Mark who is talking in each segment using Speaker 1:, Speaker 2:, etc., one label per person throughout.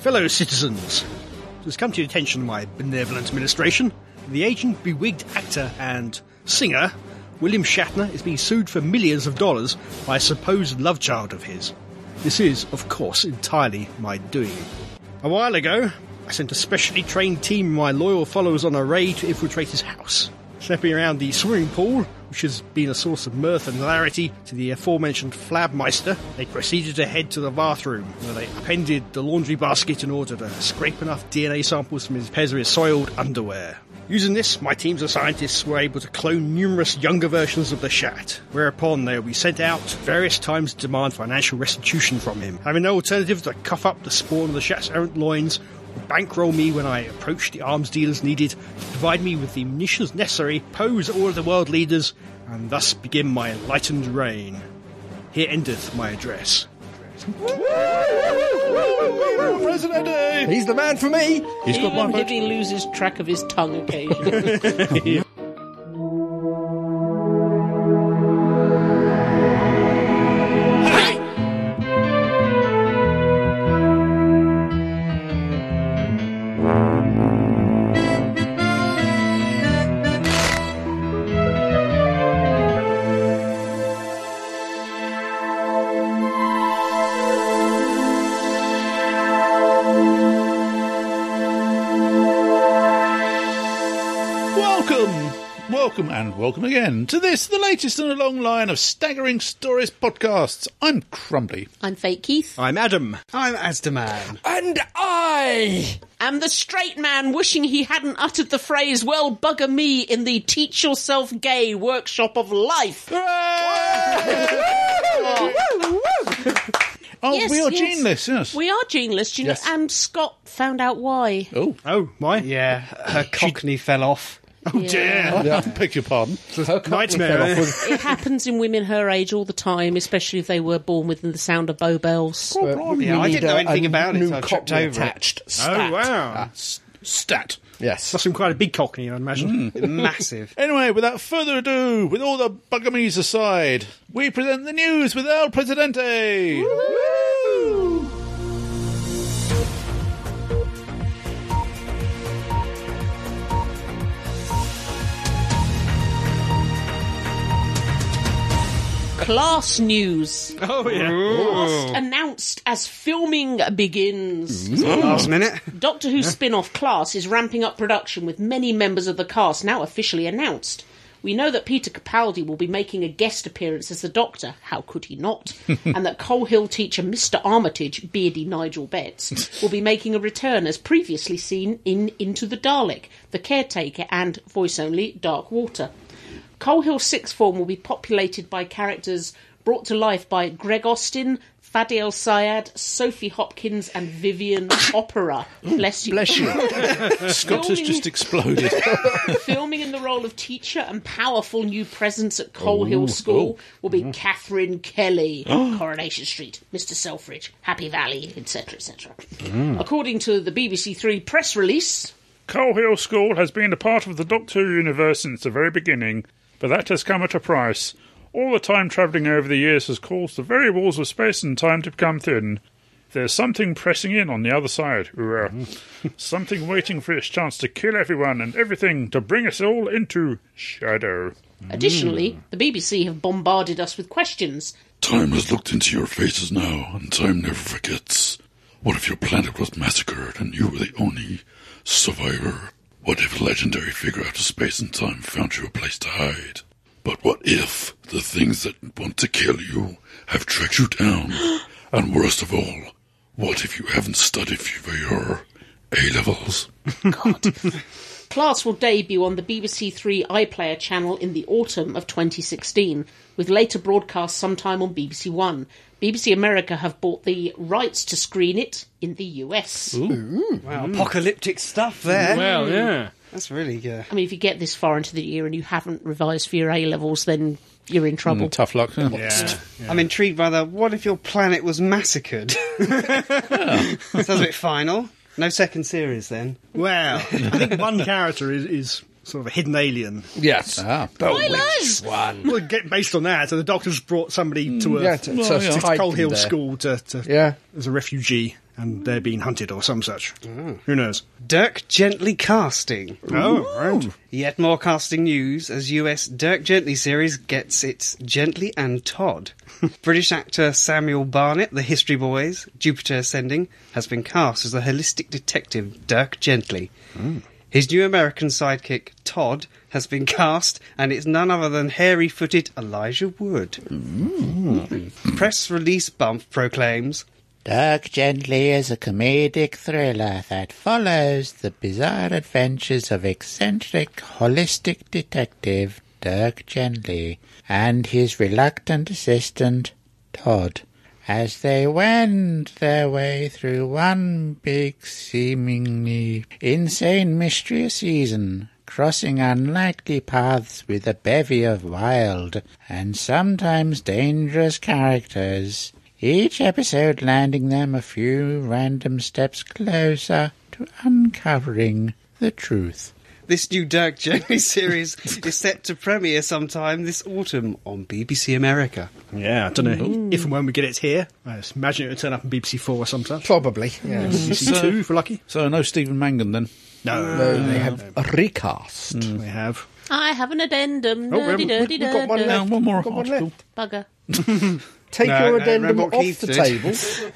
Speaker 1: Fellow citizens, it has come to your attention, my benevolent administration, the aged bewigged actor and singer William Shatner is being sued for millions of dollars by a supposed love child of his. This is, of course, entirely my doing. A while ago, I sent a specially trained team of my loyal followers on a raid to infiltrate his house, stepping around the swimming pool, which has been a source of mirth and hilarity to the aforementioned Flabmeister. They proceeded to head to the bathroom, where they appended the laundry basket in order to scrape enough DNA samples from his pairs of his soiled underwear. Using this, my teams of scientists were able to clone numerous younger versions of the Shat, whereupon they will be sent out various times to demand financial restitution from him. Having no alternative to cough up the spawn of the Shat's errant loins, or bankroll me when I approach the arms dealers needed to provide me with the munitions necessary, pose at all of the world leaders, and thus begin my enlightened reign. Here endeth my address.
Speaker 2: He's the man for me. He's got my
Speaker 3: Even if
Speaker 2: vote.
Speaker 3: he loses track of his tongue occasionally.
Speaker 4: Welcome, welcome, and welcome again to this, the latest in a long line of staggering stories podcasts. I'm Crumbly.
Speaker 3: I'm fake Keith.
Speaker 1: I'm Adam.
Speaker 5: I'm Asdaman.
Speaker 2: And I.
Speaker 3: And the straight man wishing he hadn't uttered the phrase, well, bugger me, in the teach yourself gay workshop of life.
Speaker 4: Oh,
Speaker 3: Yes,
Speaker 4: we are
Speaker 3: yes.
Speaker 4: geneless, yes.
Speaker 3: We are geneless, do you know?
Speaker 4: Yes.
Speaker 3: And Scott found out why.
Speaker 4: oh,
Speaker 1: Oh, why?
Speaker 5: Yeah, her cockney fell off.
Speaker 1: Oh dear.
Speaker 4: I beg your pardon.
Speaker 2: Her cockney
Speaker 1: Nightmare,
Speaker 2: fell
Speaker 1: eh?
Speaker 2: off with-
Speaker 3: It happens in women her age all the time, especially if they were born within the sound of bow bells.
Speaker 2: we
Speaker 5: Yeah, I
Speaker 2: need
Speaker 5: didn't know
Speaker 2: a-
Speaker 5: anything
Speaker 2: a
Speaker 5: about it,
Speaker 2: new
Speaker 5: so I
Speaker 2: cockney
Speaker 5: tripped over it.
Speaker 2: attached.
Speaker 1: Oh,
Speaker 2: Stat.
Speaker 1: wow.
Speaker 2: Ah.
Speaker 4: S- Stat.
Speaker 2: Yes.
Speaker 1: That's been quite a big cockney, I imagine.
Speaker 2: Mm.
Speaker 5: Massive.
Speaker 4: Anyway, without further ado, with all the bugamies aside, we present the news with El Presidente.
Speaker 3: Class news.
Speaker 1: Oh, yeah.
Speaker 3: Last announced as filming begins.
Speaker 5: Last minute.
Speaker 3: Doctor Who spin off Class is ramping up production with many members of the cast now officially announced. We know that Peter Capaldi will be making a guest appearance as the Doctor, how could he not? and that Coal Hill teacher Mr. Armitage, beardy Nigel Betts, will be making a return as previously seen in Into the Dalek, The Caretaker, and voice only Dark Water. Coal Hill Sixth Form will be populated by characters brought to life by Greg Austin, Fadil Syed, Sophie Hopkins, and Vivian Opera. Bless you.
Speaker 4: Bless you. Scott has just exploded.
Speaker 3: Filming in the role of teacher and powerful new presence at Coal Hill School will be Catherine Kelly, Coronation Street, Mr. Selfridge, Happy Valley, etc., etc. According to the BBC Three press release,
Speaker 6: Coal Hill School has been a part of the Doctor Who universe since the very beginning, but that has come at a price. All the time travelling over the years has caused the very walls of space and time to become thin. There's something pressing in on the other side. Ura. something waiting for its chance to kill everyone and everything to bring us all into shadow.
Speaker 3: additionally, the BBC have bombarded us with questions.
Speaker 7: Time has looked into your faces now, and time never forgets. What if your planet was massacred and you were the only survivor? What if a legendary figure out of space and time found you a place to hide? But what if the things that want to kill you have tracked you down? and worst of all, what if you haven't studied for your A levels?
Speaker 3: Class will debut on the BBC Three iPlayer channel in the autumn of 2016, with later broadcasts sometime on BBC One. BBC America have bought the rights to screen it in the US.
Speaker 5: Wow, apocalyptic stuff there.
Speaker 1: Well, yeah.
Speaker 5: That's really good.
Speaker 3: I mean, if you get this far into the year and you haven't revised for your A levels, then you're
Speaker 2: Mm,
Speaker 3: in trouble.
Speaker 4: Tough luck. huh?
Speaker 1: Yeah.
Speaker 5: I'm intrigued by the what if your planet was massacred? Sounds a bit final. No second series then.
Speaker 1: Well, I think one character is, is sort of a hidden alien.
Speaker 2: Yes.
Speaker 4: Ah.
Speaker 2: But
Speaker 3: Spoilers!
Speaker 2: which one?
Speaker 1: Well, get based on that, so the doctor's brought somebody to a
Speaker 2: Mm. Yeah, to, to
Speaker 4: Well, yeah.
Speaker 2: hide
Speaker 1: Coal
Speaker 2: them
Speaker 1: Hill
Speaker 2: there.
Speaker 1: school to, to
Speaker 2: Yeah.
Speaker 1: as a refugee. and they're being hunted or some such.
Speaker 2: Mm.
Speaker 1: Who knows?
Speaker 5: Dirk Gently Casting.
Speaker 1: Oh, right.
Speaker 5: Yet more casting news as US Dirk Gently series gets its Gently and Todd. British actor Samuel Barnett, The History Boys, Jupiter Ascending, has been cast as the holistic detective Dirk Gently. His new American sidekick, Todd, has been cast, and it's none other than hairy footed Elijah Wood. Press release bump proclaims
Speaker 8: Dirk Gently is a comedic thriller that follows the bizarre adventures of eccentric, holistic detective Dirk Gently and his reluctant assistant Todd as they wend their way through one big, seemingly insane mystery a season, crossing unlikely paths with a bevy of wild and sometimes dangerous characters, each episode landing them a few random steps closer to uncovering the truth.
Speaker 5: This new Dirk Gently series is set to premiere sometime this autumn on BBC America.
Speaker 1: Yeah, I don't know if and when we get it here. I just imagine it'll turn up on BBC Four or some such. Mm.
Speaker 2: Probably, yes.
Speaker 1: BBC Two, if we're lucky.
Speaker 4: So no Stephen Mangan then.
Speaker 1: No,
Speaker 2: No, they have a recast.
Speaker 1: we have.
Speaker 3: I have an addendum.
Speaker 1: Oh, we
Speaker 3: Dirty,
Speaker 1: haven't-
Speaker 3: dirty,
Speaker 2: We've got one
Speaker 3: dirty.
Speaker 4: No,
Speaker 2: left.
Speaker 4: one more
Speaker 2: We've got one
Speaker 4: article.
Speaker 2: left.
Speaker 3: Bugger.
Speaker 2: Take
Speaker 5: No,
Speaker 2: your
Speaker 5: no,
Speaker 2: addendum
Speaker 5: Robot
Speaker 2: off
Speaker 5: Keith
Speaker 2: the
Speaker 5: did.
Speaker 2: table.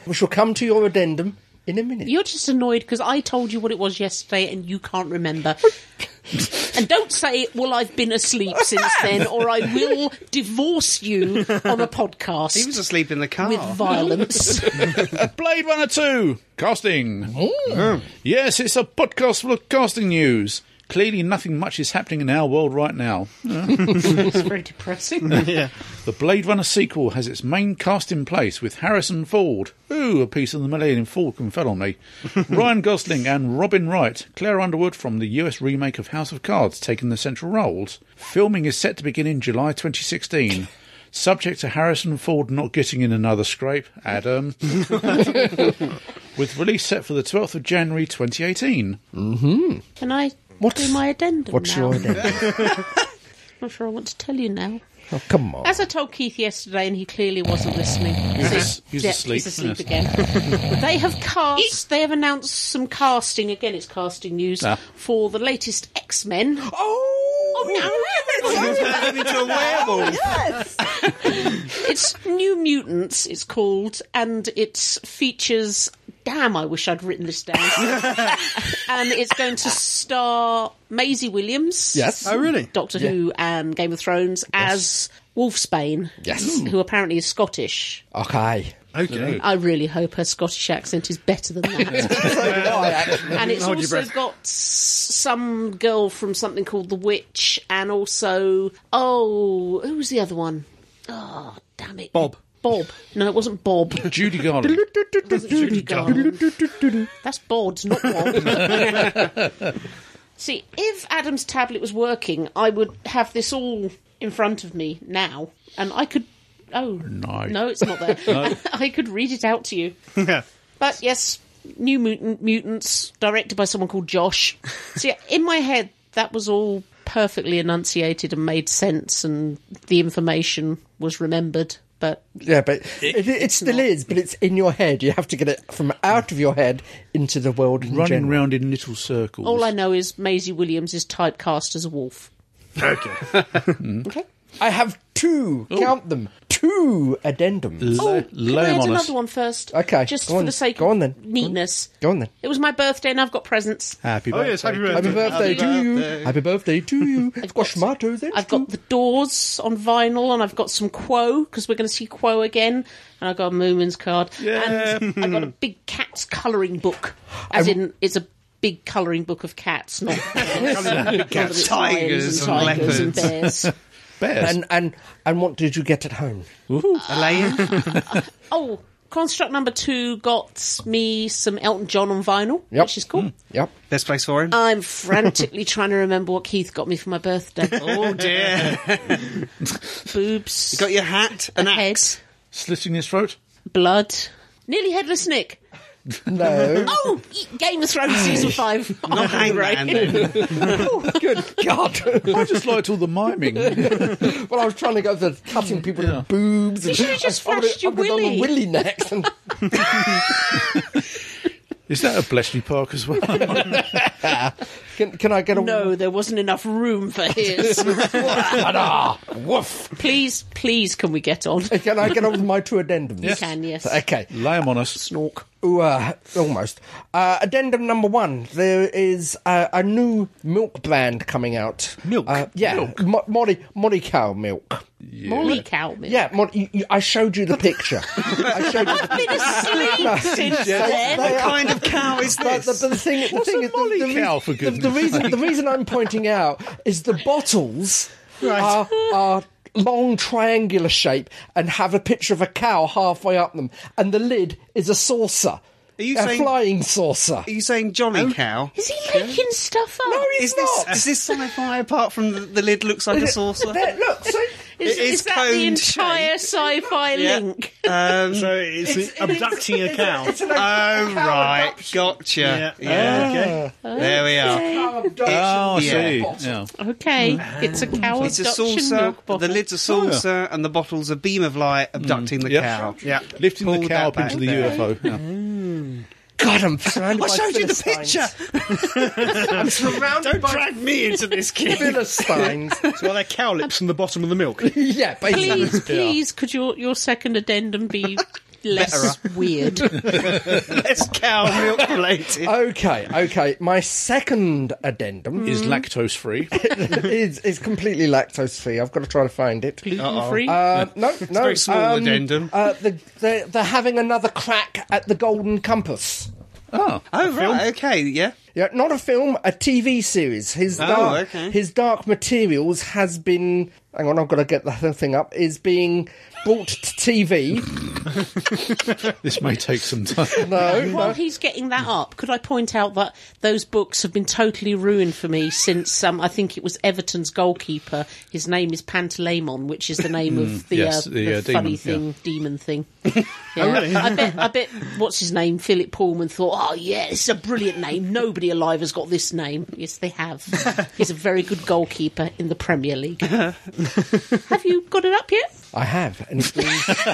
Speaker 2: we shall come to your addendum in a minute.
Speaker 3: You're just annoyed because I told you what it was yesterday and you can't remember. and don't say, well, I've been asleep since then, or I will divorce you on a podcast
Speaker 5: He was asleep in the car.
Speaker 3: with violence.
Speaker 4: Blade Runner 2 casting. Yes, it's a podcast full of casting news. Clearly, nothing much is happening in our world right now.
Speaker 3: it's very depressing.
Speaker 4: The Blade Runner sequel has its main cast in place with Harrison Ford. Ooh, a piece of the Millennium Falcon fell on me. Ryan Gosling and Robin Wright. Claire Underwood from the US remake of House of Cards taking the central roles. Filming is set to begin in July 2016. Subject to Harrison Ford not getting in another scrape, Adam. with release set for the 12th of January 2018.
Speaker 3: Can I
Speaker 2: What-
Speaker 3: do my addendum
Speaker 2: What's
Speaker 3: now?
Speaker 2: your addendum?
Speaker 3: I'm not sure I want to tell you now.
Speaker 2: oh, come on.
Speaker 3: As I told Keith yesterday, and he clearly wasn't listening.
Speaker 4: He's, he's
Speaker 3: Yeah,
Speaker 4: asleep.
Speaker 3: He's asleep
Speaker 4: Yes.
Speaker 3: again. they have cast. They have announced some casting. Again, it's casting news
Speaker 4: Ah.
Speaker 3: for the latest X Men.
Speaker 2: Oh,
Speaker 3: no! Everyone's
Speaker 5: into a werewolf.
Speaker 9: Yes.
Speaker 3: it's New Mutants, it's called, and it features. Damn, I wish I'd written this down. and it's going to star Maisie Williams.
Speaker 2: Yes.
Speaker 1: Oh, really?
Speaker 3: Doctor Who and Game of Thrones as Wolfsbane.
Speaker 2: Yes.
Speaker 3: Who apparently is Scottish.
Speaker 2: Okay.
Speaker 1: Okay.
Speaker 3: I really hope her Scottish accent is better than that. and it's
Speaker 1: Hold your
Speaker 3: also
Speaker 1: breath.
Speaker 3: got s- some girl from something called The Witch, and also oh, who was the other one? Oh, damn it,
Speaker 1: Bob.
Speaker 3: Bob. No, it wasn't Bob. It
Speaker 4: Judy Garland.
Speaker 3: wasn't Judy Garland. That's Bod, not Bob. See, if Adam's tablet was working, I would have this all in front of me now, and I could. Oh
Speaker 4: No.
Speaker 3: no, it's not there. I could read it out to you.
Speaker 1: Yeah.
Speaker 3: But yes, New Mutant, Mutants, directed by someone called Josh. So yeah, in my head, that was all perfectly enunciated and made sense, and the information was remembered. But
Speaker 2: Yeah, but it, it, still
Speaker 3: not.
Speaker 2: is, but it's in your head. You have to get it from out of your head into the world in
Speaker 4: Running
Speaker 2: general.
Speaker 4: round in little circles.
Speaker 3: all I know is Maisie Williams is typecast as a wolf.
Speaker 1: Okay.
Speaker 2: I have two, count them, two addendums.
Speaker 4: Lay-
Speaker 3: Oh, Can
Speaker 4: lay
Speaker 3: I
Speaker 4: 'em
Speaker 3: add
Speaker 4: on us.
Speaker 3: another one first?
Speaker 2: Okay,
Speaker 3: Just
Speaker 2: go
Speaker 3: for
Speaker 2: on.
Speaker 3: the sake
Speaker 2: Go on then. Ah.
Speaker 3: of neatness.
Speaker 2: Go on then.
Speaker 3: It was my birthday and I've got presents.
Speaker 4: Happy
Speaker 1: Oh
Speaker 4: birthday.
Speaker 1: yes, happy birthday.
Speaker 2: Happy birthday to you.
Speaker 5: birthday.
Speaker 2: Happy birthday to you. I've got
Speaker 3: got-
Speaker 2: tomatoes.
Speaker 3: I've got the Doors on vinyl, and I've got some Quo because we're going to see Quo again, and I've got a Moomin's card, and I've got a big cat's colouring book, as in it's a big colouring book of cats, not
Speaker 5: Tigers,
Speaker 3: tigers
Speaker 5: and
Speaker 3: and tigers and
Speaker 5: leopards.
Speaker 3: bears.
Speaker 4: Bears.
Speaker 2: And, and, and what did you get at home?
Speaker 5: Elaine,
Speaker 3: oh, Construct number two got me some Elton John on vinyl,
Speaker 2: Yep.
Speaker 3: which is cool.
Speaker 2: Yep.
Speaker 5: best place for him.
Speaker 3: I'm frantically trying to remember what Keith got me for my birthday.
Speaker 5: oh dear.
Speaker 3: Boobs,
Speaker 5: Got your hat, an
Speaker 3: head,
Speaker 5: axe.
Speaker 4: Slitting his throat.
Speaker 3: blood, nearly headless Nick.
Speaker 2: No.
Speaker 3: Oh, Game of Thrones season five.
Speaker 5: Not hangman. then.
Speaker 2: Good God.
Speaker 4: I just liked all the miming. It
Speaker 2: well, I was trying to go for cutting people in the boobs. and-
Speaker 3: You should've just
Speaker 2: I would've-
Speaker 3: flashed your
Speaker 2: I would've done the
Speaker 3: willy.
Speaker 2: willy next. And
Speaker 4: Is that a Bletchley Park as well?
Speaker 2: Can, can I get a
Speaker 3: No, there wasn't enough room for his.
Speaker 2: Ah, woof?
Speaker 3: please, please, can we get on?
Speaker 2: Can I get on with my two addendums?
Speaker 4: Yes.
Speaker 3: Can yes.
Speaker 2: Okay.
Speaker 4: Lay 'em on us.
Speaker 2: Snork. Ooh, uh, almost. Uh, addendum number one. There is uh, a new milk brand coming out.
Speaker 1: Milk?
Speaker 2: Uh, yeah. Mo- Mori- Mori cow milk.
Speaker 3: Molly cow milk.
Speaker 2: Yeah, Mon- you, you, I showed you the picture. I showed you the
Speaker 3: Been asleep since then.
Speaker 5: What kind of cow is
Speaker 2: But
Speaker 5: this?
Speaker 2: the, but the thing, the thing
Speaker 4: a
Speaker 2: is, the, the,
Speaker 4: molly cow, for
Speaker 2: the- the,
Speaker 4: goodness
Speaker 2: reason the reason I'm pointing out is the bottles are, are long triangular shape and have a picture of a cow halfway up them, and the lid is a saucer,
Speaker 5: Are you
Speaker 2: a
Speaker 5: saying-
Speaker 2: flying saucer.
Speaker 5: Are you saying Jolly
Speaker 3: Oh,
Speaker 5: Cow?
Speaker 3: Is he making stuff up?
Speaker 2: No, he's
Speaker 5: Is this
Speaker 2: not.
Speaker 5: is this sci-fi? Apart from the, the lid looks like a saucer.
Speaker 2: There, look, see,
Speaker 3: is,
Speaker 5: It is
Speaker 3: is that the
Speaker 5: coned
Speaker 3: entire sci-fi
Speaker 5: Yeah.
Speaker 3: link?
Speaker 5: Um,
Speaker 1: So it's, abducting a cow.
Speaker 2: it's an
Speaker 5: oh right, gotcha. Yeah,
Speaker 1: Oh, okay.
Speaker 5: there we are.
Speaker 4: Oh, I
Speaker 5: Yeah.
Speaker 4: see. Yeah.
Speaker 3: Okay, it's a cow
Speaker 5: It's a
Speaker 3: adoption
Speaker 5: saucer.
Speaker 3: milk
Speaker 5: but The
Speaker 3: bottle. Oh, Hmm.
Speaker 5: lid's a saucer, and the bottle's a beam of light abducting the
Speaker 4: Yep.
Speaker 5: cow. Yeah,
Speaker 4: Lifting the
Speaker 5: Pulled
Speaker 4: cow
Speaker 5: that
Speaker 4: up into
Speaker 5: back
Speaker 4: the
Speaker 5: there.
Speaker 4: UFO. Yeah.
Speaker 2: God, I'm surrounded
Speaker 5: I
Speaker 2: by
Speaker 5: showed you the
Speaker 2: Philistines.
Speaker 5: picture.
Speaker 2: I'm surrounded
Speaker 1: Don't
Speaker 2: by
Speaker 1: drag me into this, kid.
Speaker 2: Philistines.
Speaker 1: so are there cow lips in the bottom of the milk?
Speaker 2: yeah, basically.
Speaker 3: Please, please, could your your second addendum be less weird?
Speaker 5: That's cow milk related.
Speaker 2: Okay, okay. My second addendum
Speaker 4: Is lactose free.
Speaker 2: is is completely lactose free. I've got to try to find it.
Speaker 3: Gluten free.
Speaker 2: Uh, no, no.
Speaker 5: very small
Speaker 2: um,
Speaker 5: addendum.
Speaker 2: Uh, the, they're, they're having another crack at the Golden Compass.
Speaker 4: Oh.
Speaker 5: oh right, okay, yeah.
Speaker 2: Yeah, not a film, a TV series. His
Speaker 5: Oh,
Speaker 2: dark,
Speaker 5: okay.
Speaker 2: his Dark Materials has been. Hang on, I've got to get the whole thing up. Is being brought to TV.
Speaker 4: This may take some time.
Speaker 2: No,
Speaker 3: While
Speaker 2: no.
Speaker 3: he's getting that up, could I point out that those books have been totally ruined for me since um, I think it was Everton's goalkeeper. His name is Pantaleimon, which is the name of the,
Speaker 4: yes,
Speaker 3: uh,
Speaker 4: the,
Speaker 3: the,
Speaker 4: uh,
Speaker 3: funny
Speaker 4: demon,
Speaker 3: thing,
Speaker 4: yeah. Oh,
Speaker 3: demon thing. Yeah. I bet, I bet, what's his name? Philip Pullman thought, oh yeah, this is a brilliant name. Nobody alive has got this name. Yes, they have. He's a very good goalkeeper in the Premier League. have you got it up yet?
Speaker 2: I have, and it's been,
Speaker 1: Tell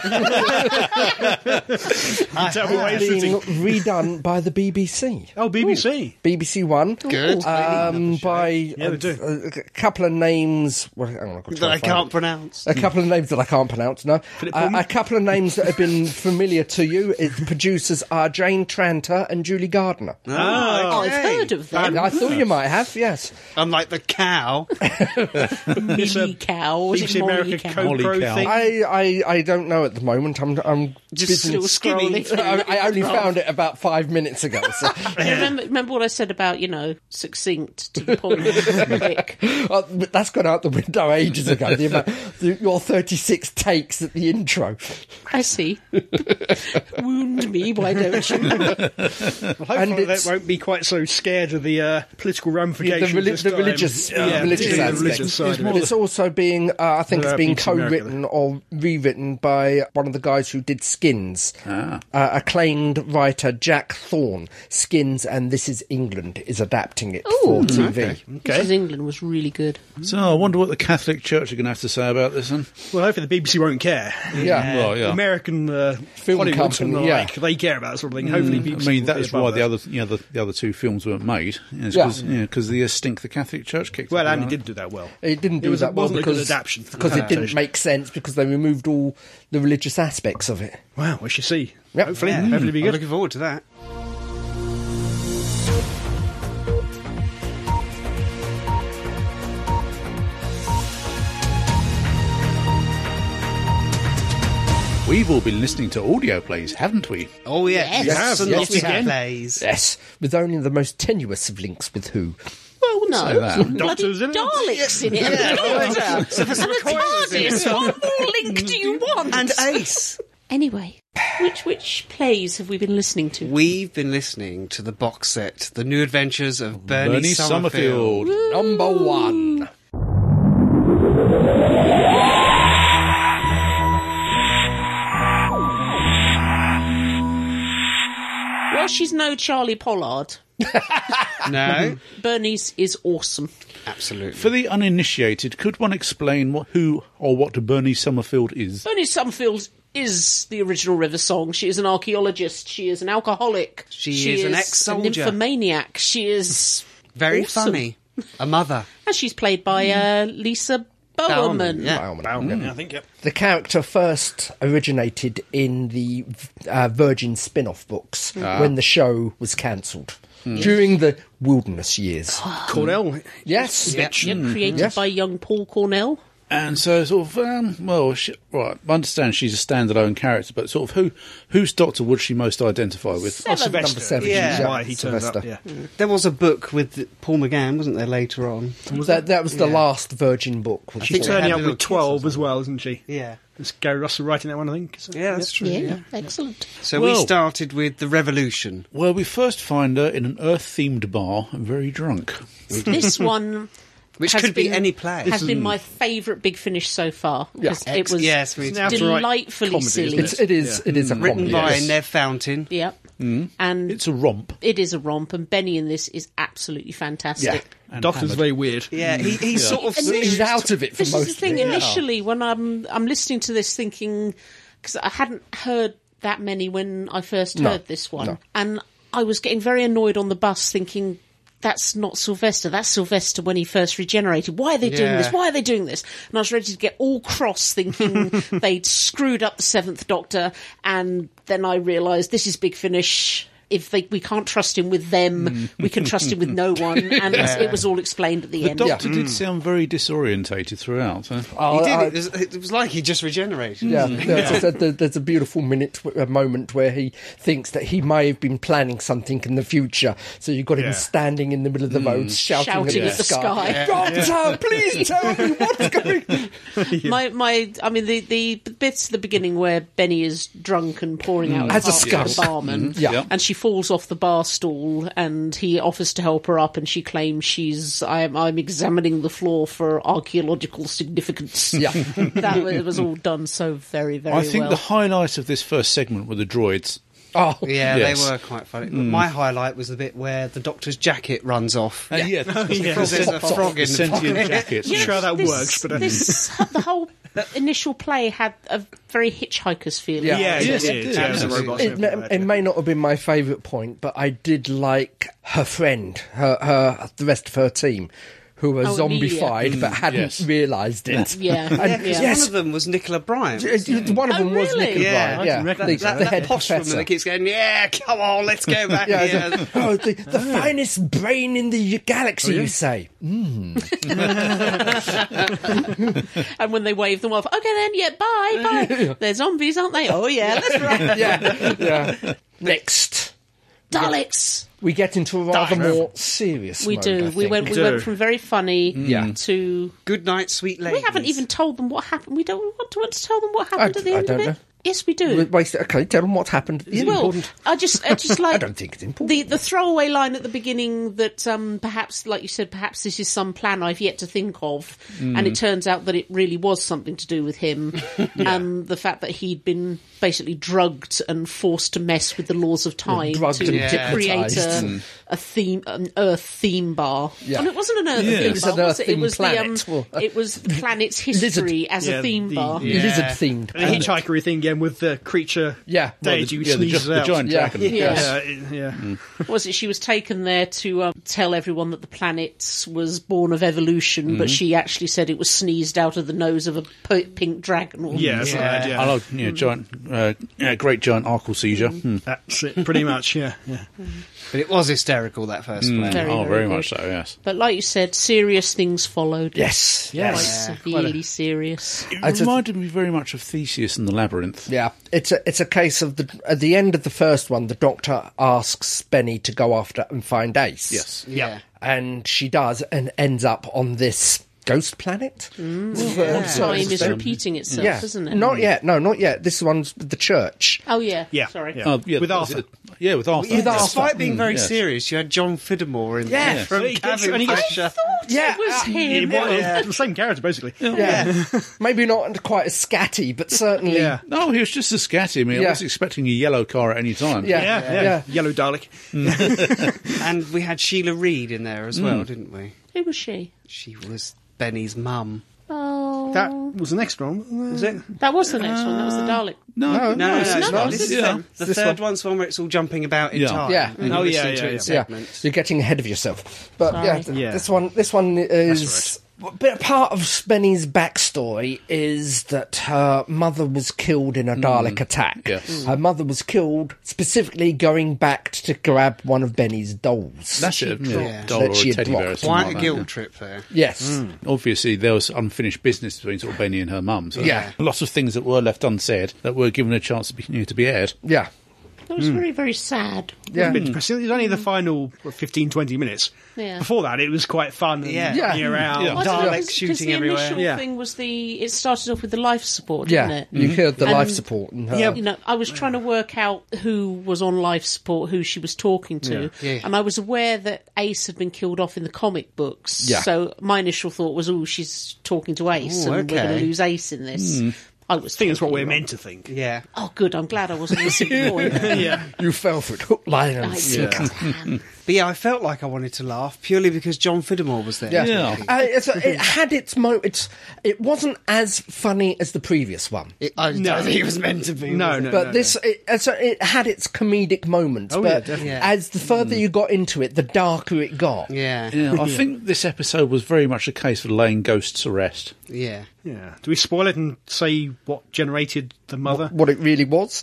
Speaker 1: me why it's
Speaker 2: being
Speaker 1: sitting.
Speaker 2: redone by the BBC.
Speaker 1: Oh, BBC.
Speaker 2: BBC One.
Speaker 5: Good.
Speaker 2: Um, by
Speaker 1: Yeah, they do.
Speaker 2: a, a- a couple of names. Well, hang on, I've got to
Speaker 5: that
Speaker 2: try
Speaker 5: I
Speaker 2: and find
Speaker 5: can't
Speaker 2: it.
Speaker 5: pronounce.
Speaker 2: A couple of names that I can't pronounce. No, uh, a couple of names that have been familiar to you. Its producers are Jane Tranter and Julie Gardner.
Speaker 3: Oh, I've heard of them.
Speaker 2: I thought you might have. Yes,
Speaker 5: Unlike the cow,
Speaker 4: um,
Speaker 1: It's
Speaker 3: Millie
Speaker 1: a
Speaker 3: cow. Was it
Speaker 1: BBC
Speaker 3: Molly
Speaker 1: America
Speaker 3: cow?
Speaker 4: Molly
Speaker 1: co-pro
Speaker 4: cow.
Speaker 1: thing.
Speaker 2: I, I, I don't know at the moment. I'm, I'm
Speaker 5: just
Speaker 2: busy-
Speaker 5: still skinny.
Speaker 3: scrolling.
Speaker 2: I, I only found it about five minutes ago. So.
Speaker 3: You remember, remember what I said about, you know, succinct to the point, quick.
Speaker 2: Uh, but that's gone out the window ages ago. The, amount- the, your 36 takes at the intro.
Speaker 3: I see. Wound me, why don't you?
Speaker 2: And
Speaker 1: Hopefully,
Speaker 2: it's-
Speaker 1: they won't be quite so scared of the uh, political ramifications.
Speaker 2: Yeah, the reli-
Speaker 1: this
Speaker 2: the
Speaker 1: time.
Speaker 2: religious-
Speaker 1: yeah,
Speaker 2: the religious
Speaker 1: particularly the
Speaker 2: aspect.
Speaker 1: religious side of
Speaker 2: But
Speaker 1: it.
Speaker 2: it's also being, uh, I think
Speaker 1: Uh,
Speaker 2: it's being
Speaker 1: Beats
Speaker 2: co
Speaker 1: America.
Speaker 2: written or rewritten by one of the guys who did Skins.
Speaker 1: Ah.
Speaker 2: Uh, acclaimed writer Jack Thorne. Skins and This Is England is adapting it for TV.
Speaker 1: Mm-hmm.
Speaker 3: This is England was really good.
Speaker 4: So I wonder what the Catholic Church are going to have to say about this one.
Speaker 1: Well, hopefully the BBC won't care.
Speaker 2: Yeah.
Speaker 4: Well, yeah.
Speaker 1: American uh,
Speaker 2: Film
Speaker 1: Hollywood
Speaker 2: company,
Speaker 1: and the
Speaker 2: yeah.
Speaker 1: like, they care about that sort of thing. Hopefully,
Speaker 4: Mm, I
Speaker 1: BBC
Speaker 4: mean,
Speaker 1: will
Speaker 4: that
Speaker 1: be
Speaker 4: is
Speaker 1: above
Speaker 4: why
Speaker 1: that.
Speaker 4: the other, you know, the, the other two films weren't made. Because
Speaker 2: Yeah.
Speaker 4: the uh, stink the Catholic Church kicked.
Speaker 1: Well,
Speaker 4: off,
Speaker 1: Andy
Speaker 4: right?
Speaker 1: did do that well.
Speaker 2: It didn't do
Speaker 1: was-
Speaker 2: that well
Speaker 1: wasn't a good
Speaker 2: because,
Speaker 1: adaption.
Speaker 2: because it didn't
Speaker 1: Adaptation.
Speaker 2: make sense because they removed all the religious aspects of it.
Speaker 1: Wow, we shall see.
Speaker 2: Yep. Mm.
Speaker 1: Hopefully,
Speaker 5: Yeah.
Speaker 1: hopefully, be
Speaker 5: I'm
Speaker 1: good.
Speaker 5: looking forward to that.
Speaker 4: We've all been listening to audio plays, haven't we?
Speaker 5: Oh yeah,
Speaker 3: Yes.
Speaker 5: yes,
Speaker 1: Yes,
Speaker 5: and
Speaker 1: yes,
Speaker 5: lots
Speaker 1: we
Speaker 5: of
Speaker 1: can.
Speaker 5: plays.
Speaker 2: Yes, with only the most tenuous of links with who.
Speaker 3: Well, no.
Speaker 4: that.
Speaker 3: bloody
Speaker 1: Doctors in it.
Speaker 3: Daleks in it. and
Speaker 5: Yeah.
Speaker 3: a TARDIS. What more link do you want?
Speaker 5: and Ace.
Speaker 3: anyway, which which plays have we been listening to?
Speaker 5: We've been listening to the box set, The New Adventures of Bernie,
Speaker 4: Bernie
Speaker 5: Summerfield.
Speaker 4: Summerfield.
Speaker 2: Number one.
Speaker 3: Well, she's no Charlie Pollard.
Speaker 5: No,
Speaker 3: Bernice is awesome.
Speaker 5: absolutely.
Speaker 4: For the uninitiated, could one explain what, who or what Bernie Summerfield is?
Speaker 3: Bernice Summerfield's is the original River Song. She is an archaeologist. She is an alcoholic.
Speaker 5: She is an ex-soldier.
Speaker 3: nymphomaniac. She is
Speaker 5: Very
Speaker 3: awesome.
Speaker 5: funny. A mother.
Speaker 3: and she's played by uh, Lisa Bowerman.
Speaker 5: yeah.
Speaker 2: Bowman.
Speaker 1: I think, yep.
Speaker 2: The character first originated in the uh, Virgin spin off books when the show was cancelled during the wilderness years.
Speaker 1: Cornell,
Speaker 2: Oh, yes.
Speaker 3: Yeah, created
Speaker 2: Yes.
Speaker 3: by young Paul Cornell.
Speaker 4: And so, sort of, um, well, she, right. I understand she's a standalone character, but sort of, who, whose Doctor would she most identify with?
Speaker 3: Seven.
Speaker 1: Sylvester.
Speaker 2: Number seven.
Speaker 1: Yeah.
Speaker 5: Yeah.
Speaker 1: Why he turns up. Yeah.
Speaker 2: Sylvester.
Speaker 5: There was a book with Paul McGann, wasn't there, later on?
Speaker 2: That, that was the last Virgin book. Which
Speaker 5: think
Speaker 1: She's
Speaker 5: so. Had
Speaker 1: turning up
Speaker 5: little
Speaker 1: with
Speaker 5: kids or
Speaker 1: 12 as well, isn't she?
Speaker 5: Yeah.
Speaker 1: It's Gary Russell writing that one, I think. Is it?
Speaker 5: Yeah, that's true.
Speaker 3: Yeah,
Speaker 5: Yeah.
Speaker 3: excellent.
Speaker 5: So we
Speaker 4: Well-
Speaker 5: started with the revolution.
Speaker 4: Well, we first find her in an Earth-themed bar, and very drunk.
Speaker 3: this one,
Speaker 5: Which
Speaker 3: has
Speaker 5: could be
Speaker 3: been-
Speaker 5: any play. Mm.
Speaker 3: has been my favourite Big Finish so far. 'cause It was
Speaker 5: yes, we
Speaker 1: Now- That's right.
Speaker 3: delightfully
Speaker 1: Comedy, isn't
Speaker 3: silly.
Speaker 1: it?
Speaker 2: it's, it is, it is a
Speaker 5: written
Speaker 2: comedy.
Speaker 5: by
Speaker 2: Mm, yes.
Speaker 5: Nev Fountain.
Speaker 3: Yeah,
Speaker 5: Mm.
Speaker 3: and
Speaker 4: It's a romp.
Speaker 3: it is a romp, and Benny in this is absolutely fantastic.
Speaker 4: And
Speaker 1: Doctor's
Speaker 4: hammered.
Speaker 1: very weird.
Speaker 5: Yeah, he, he sort of
Speaker 3: Initially-
Speaker 2: He's out of it for
Speaker 3: this
Speaker 2: most
Speaker 3: is the thing.
Speaker 2: of it.
Speaker 3: Initially, when I'm I'm listening to this, thinking because I hadn't heard that many when I first heard this one, and I was getting very annoyed on the bus, thinking. That's not Sylvester. That's Sylvester when he first regenerated. Why are they doing
Speaker 5: Yeah.
Speaker 3: this? Why are they doing this? And I was ready to get all cross thinking they'd screwed up the seventh doctor. And then I realised this is Big Finish. If they, we can't trust him with them, we can trust him with no one. And it was all explained at the,
Speaker 4: The
Speaker 3: end.
Speaker 4: Doctor
Speaker 5: Mm.
Speaker 4: did sound very disorientated throughout. Uh, Huh?
Speaker 5: He
Speaker 2: Oh,
Speaker 5: did.
Speaker 2: I-
Speaker 5: It was, it was like he just regenerated.
Speaker 2: Yeah, there's, a, there- there's a beautiful minute, a moment where he thinks that he may have been planning something in the future. So you've got
Speaker 1: Yeah.
Speaker 2: him standing in the middle of the road, shouting,
Speaker 3: Shouting
Speaker 2: at,
Speaker 3: at the sky. Yeah.
Speaker 2: Doctor, please tell me what's going.
Speaker 3: My, my, I mean, the, the bits at the beginning where Benny is drunk and pouring out
Speaker 2: As a
Speaker 3: his heart to the
Speaker 2: skunk.
Speaker 3: barman,
Speaker 2: Yeah. Yeah.
Speaker 3: and she falls off the bar stool, and he offers to help her up, and she claims she's, I'm, I'm examining the floor for archaeological significance.
Speaker 2: Yeah.
Speaker 3: that was, it was all done so very, very
Speaker 4: I think
Speaker 3: well.
Speaker 4: the highlight of this first segment were the droids.
Speaker 2: Oh,
Speaker 5: Yeah,
Speaker 4: Yes.
Speaker 5: they were quite funny. My highlight was the bit where the doctor's jacket runs off.
Speaker 4: Uh, yeah,
Speaker 5: Because there's a frog
Speaker 4: the
Speaker 5: in the pocket.
Speaker 4: sentient jacket.
Speaker 1: Not sure how that
Speaker 3: this-
Speaker 1: works, but uh,
Speaker 3: this the whole initial play had a very hitchhiker's feeling.
Speaker 2: Yeah.
Speaker 1: yeah,
Speaker 4: Yes,
Speaker 1: it
Speaker 4: it
Speaker 1: did.
Speaker 4: did.
Speaker 1: Yeah, it was a
Speaker 5: Absolutely.
Speaker 1: robot.
Speaker 2: It, may- it may not have been my favourite point, but I did like her friend, her, her the rest of her team, who were
Speaker 3: Oh, Amelia.
Speaker 2: zombified but hadn't
Speaker 4: yes.
Speaker 2: realised it.
Speaker 3: Yeah,
Speaker 2: And-
Speaker 3: yeah.
Speaker 5: Because
Speaker 2: Yes.
Speaker 5: One of them was Nicola Bryant.
Speaker 2: Uh, you- One of
Speaker 3: Oh,
Speaker 2: them was
Speaker 3: really?
Speaker 2: Nick
Speaker 5: Yeah,
Speaker 2: O'Brien. Yeah,
Speaker 1: didn't
Speaker 5: That,
Speaker 2: the,
Speaker 1: recognise
Speaker 5: that-
Speaker 2: the
Speaker 5: that
Speaker 2: head
Speaker 5: posh
Speaker 2: professor.
Speaker 5: woman that keeps going, yeah, come on, let's go back
Speaker 2: Yeah,
Speaker 5: here.
Speaker 2: it's a- oh, the, the finest brain in the galaxy, you say?
Speaker 3: And when they wave them off, okay then, yeah, bye, bye. They're zombies, aren't they? Oh yeah, that's right.
Speaker 2: Yeah, yeah. Next,
Speaker 3: Daleks.
Speaker 2: we get into a rather more serious.
Speaker 3: We
Speaker 2: mode, I
Speaker 3: do. We
Speaker 2: think. Mm.
Speaker 3: went. We
Speaker 1: do.
Speaker 3: went from very funny
Speaker 2: Yeah.
Speaker 3: to.
Speaker 5: Good night, sweet lady.
Speaker 3: We haven't even told them what happened. We don't want to, want to tell them what happened
Speaker 2: I-
Speaker 3: at the
Speaker 2: I
Speaker 3: end
Speaker 2: don't
Speaker 3: of it.
Speaker 2: know.
Speaker 3: Yes, we do.
Speaker 2: We wasted- Okay, tell them what happened. Is it
Speaker 3: well,
Speaker 2: important?
Speaker 3: I just, I just like.
Speaker 2: I don't think it's important.
Speaker 3: The, the throwaway line at the beginning that um, perhaps, like you said, perhaps this is some plan I've yet to think of,
Speaker 2: Mm.
Speaker 3: and it turns out that it really was something to do with him, and the fact that he'd been basically drugged and forced to mess with the laws of time
Speaker 2: drugged
Speaker 3: to
Speaker 2: and
Speaker 3: create
Speaker 2: hypnotised
Speaker 3: a,
Speaker 2: and-
Speaker 3: a theme, an Earth theme bar.
Speaker 2: Yeah.
Speaker 3: And it wasn't an Earth
Speaker 4: Yeah.
Speaker 3: theme
Speaker 4: It was
Speaker 3: bar.
Speaker 2: an
Speaker 3: was it? it
Speaker 2: Earth-themed
Speaker 3: was
Speaker 2: planet,
Speaker 3: the um,
Speaker 2: well, uh,
Speaker 3: it was the planet's history as
Speaker 1: Yeah,
Speaker 3: a theme
Speaker 1: the-
Speaker 3: bar.
Speaker 5: Yeah.
Speaker 2: Lizard themed.
Speaker 1: And the hitchhikery thing again with the creature
Speaker 2: Yeah. Well,
Speaker 1: deity
Speaker 4: the,
Speaker 1: who
Speaker 4: yeah, the,
Speaker 1: sneezes
Speaker 4: gi- the
Speaker 1: out.
Speaker 4: giant
Speaker 2: Yeah.
Speaker 4: dragon.
Speaker 3: Yeah.
Speaker 1: Yeah, it- yeah.
Speaker 2: Mm-hmm.
Speaker 3: was it she was taken there to um, tell everyone that the planet was born of evolution, but she actually said it was sneezed out of the nose of a p- pink dragon. Or
Speaker 1: Yeah, it's
Speaker 5: Yeah.
Speaker 1: like that, yeah.
Speaker 4: I like yeah, giant, uh, yeah, great giant arcal seizure. Hmm.
Speaker 1: That's it, pretty much, yeah. yeah.
Speaker 5: But it was hysterical, that first play.
Speaker 3: Very,
Speaker 4: oh, very
Speaker 3: very
Speaker 4: much so.
Speaker 3: good.
Speaker 4: Yes.
Speaker 3: But like you said, serious things followed.
Speaker 2: Yes.
Speaker 3: Quite
Speaker 2: Yes.
Speaker 3: severely serious.
Speaker 4: It
Speaker 2: I just-
Speaker 4: reminded me very much of Theseus and the Labyrinth.
Speaker 2: Yeah, it's a it's a case of the at the end of the first one, the Doctor asks Benny to go after and find Ace.
Speaker 4: Yes.
Speaker 5: Yeah.
Speaker 2: and she does, and ends up on this ghost planet.
Speaker 3: Time is repeating itself,
Speaker 2: yeah,
Speaker 3: isn't it?
Speaker 2: not yet. No, not yet. This one's with the church.
Speaker 3: Oh yeah.
Speaker 1: Yeah.
Speaker 3: Sorry.
Speaker 1: Yeah.
Speaker 4: Oh, yeah
Speaker 1: With
Speaker 4: that was
Speaker 1: Arthur.
Speaker 4: it. Yeah, with Arthur. Hmm,
Speaker 2: With Arthur.
Speaker 5: Despite being very
Speaker 4: Mm, yes.
Speaker 5: serious, you had John Fidamore in
Speaker 2: Yeah.
Speaker 5: there from
Speaker 1: He gets-
Speaker 5: Cabin
Speaker 1: and he gets-
Speaker 5: Pressure.
Speaker 2: Yeah,
Speaker 3: It was
Speaker 2: uh,
Speaker 1: It
Speaker 3: him.
Speaker 1: was- it's the same character, basically.
Speaker 2: Yeah, maybe not quite as scatty, but certainly.
Speaker 1: Yeah.
Speaker 4: No, he was just a scatty. I mean, I
Speaker 2: Yeah.
Speaker 4: was expecting a yellow car at any time.
Speaker 2: Yeah.
Speaker 1: Yeah, yeah.
Speaker 2: Yeah.
Speaker 1: Yellow Dalek.
Speaker 5: And we had Sheila Reed in there as well, didn't we?
Speaker 3: Who was she?
Speaker 5: She was Benny's mum.
Speaker 3: Oh,
Speaker 1: That was the next one. Is it?
Speaker 3: That was the next one. That was the Dalek.
Speaker 4: No,
Speaker 1: No.
Speaker 5: No, no, no, it's
Speaker 3: not.
Speaker 5: not.
Speaker 3: It's
Speaker 5: This is
Speaker 4: the
Speaker 5: the-
Speaker 4: same.
Speaker 5: the
Speaker 2: This
Speaker 5: third
Speaker 2: one.
Speaker 5: one's the one where it's all jumping about in
Speaker 4: Yeah.
Speaker 5: time.
Speaker 2: Yeah.
Speaker 5: and
Speaker 1: Oh,
Speaker 5: you're
Speaker 1: yeah,
Speaker 5: listening to
Speaker 1: yeah,
Speaker 5: it in
Speaker 1: yeah.
Speaker 5: segments.
Speaker 2: You're getting ahead of yourself. But
Speaker 3: Sorry.
Speaker 2: yeah, th-
Speaker 1: Yeah.
Speaker 2: this one, this one is. But part of Spenny's backstory is that her mother was killed in a Dalek attack.
Speaker 4: Hmm. Yes. Mm.
Speaker 2: Her mother was killed specifically going back to grab one of Benny's dolls.
Speaker 4: That's it. Yeah.
Speaker 5: dropped.
Speaker 4: Doll
Speaker 2: That
Speaker 4: or
Speaker 2: she
Speaker 4: a
Speaker 2: had
Speaker 4: teddy bear or
Speaker 2: blocked.
Speaker 4: something
Speaker 5: Quite
Speaker 4: like
Speaker 5: a
Speaker 4: that,
Speaker 5: guilt
Speaker 4: yeah.
Speaker 5: trip there.
Speaker 2: yes.
Speaker 4: Hmm. Obviously, there was unfinished business between sort of Benny and her mum. So
Speaker 2: Yeah.
Speaker 4: Lots of things that were left unsaid that were given a chance to be, to be aired.
Speaker 2: Yeah.
Speaker 3: That was very, very sad.
Speaker 2: Yeah.
Speaker 5: Hmm.
Speaker 1: Bit depressing. It was only the final what, 15, 20 minutes.
Speaker 3: Yeah.
Speaker 1: Before that, it was quite fun. And
Speaker 5: Yeah.
Speaker 2: Yeah.
Speaker 1: year out.
Speaker 4: Yeah.
Speaker 3: Well, I
Speaker 5: Daleks
Speaker 3: don't know, 'cause- 'cause
Speaker 5: shooting
Speaker 3: the
Speaker 5: everywhere.
Speaker 3: initial
Speaker 1: Yeah.
Speaker 3: thing was the. It started off with the life support,
Speaker 2: Yeah.
Speaker 3: didn't it?
Speaker 4: Hmm.
Speaker 2: You heard the life
Speaker 3: And-
Speaker 2: support and her.
Speaker 5: Um,
Speaker 1: Yeah.
Speaker 3: You know, I was trying to work out who was on life support, who she was talking to,
Speaker 5: Yeah. Yeah.
Speaker 3: and I was aware that Ace had been killed off in the comic books.
Speaker 2: Yeah.
Speaker 3: So my initial thought was, "Oh, she's talking to Ace,
Speaker 5: Ooh,
Speaker 3: and we're going
Speaker 5: okay. Hmm.
Speaker 3: to lose Ace in this." I was
Speaker 1: I think that's what
Speaker 3: totally
Speaker 1: we're
Speaker 3: wrong.
Speaker 1: meant to think.
Speaker 5: Yeah.
Speaker 3: Oh, good. I'm glad I wasn't listening to
Speaker 1: Yeah.
Speaker 2: You fell for it. Hook, line, and
Speaker 3: I
Speaker 2: sinker.
Speaker 3: did. Damn.
Speaker 5: But yeah, I felt like I wanted to laugh purely because John Fidamore was there.
Speaker 2: Yeah.
Speaker 4: Yeah.
Speaker 2: Uh, it's- it had its mo. It's, it wasn't as funny as the previous one.
Speaker 5: It, I
Speaker 1: No.
Speaker 5: don't think it was meant to be.
Speaker 1: No,
Speaker 5: was it?
Speaker 1: no.
Speaker 2: But
Speaker 1: no,
Speaker 2: this, it, uh, so it had its comedic moments.
Speaker 1: Oh, yeah,
Speaker 2: but
Speaker 1: definitely. Mm.
Speaker 5: Yeah.
Speaker 2: as the further you got into it, the darker it got.
Speaker 5: Yeah. Yeah.
Speaker 4: Yeah, I think this episode was very much a case for laying ghosts to rest.
Speaker 1: No. Yeah. Do we spoil it and say what generated the mother?
Speaker 2: What it really was,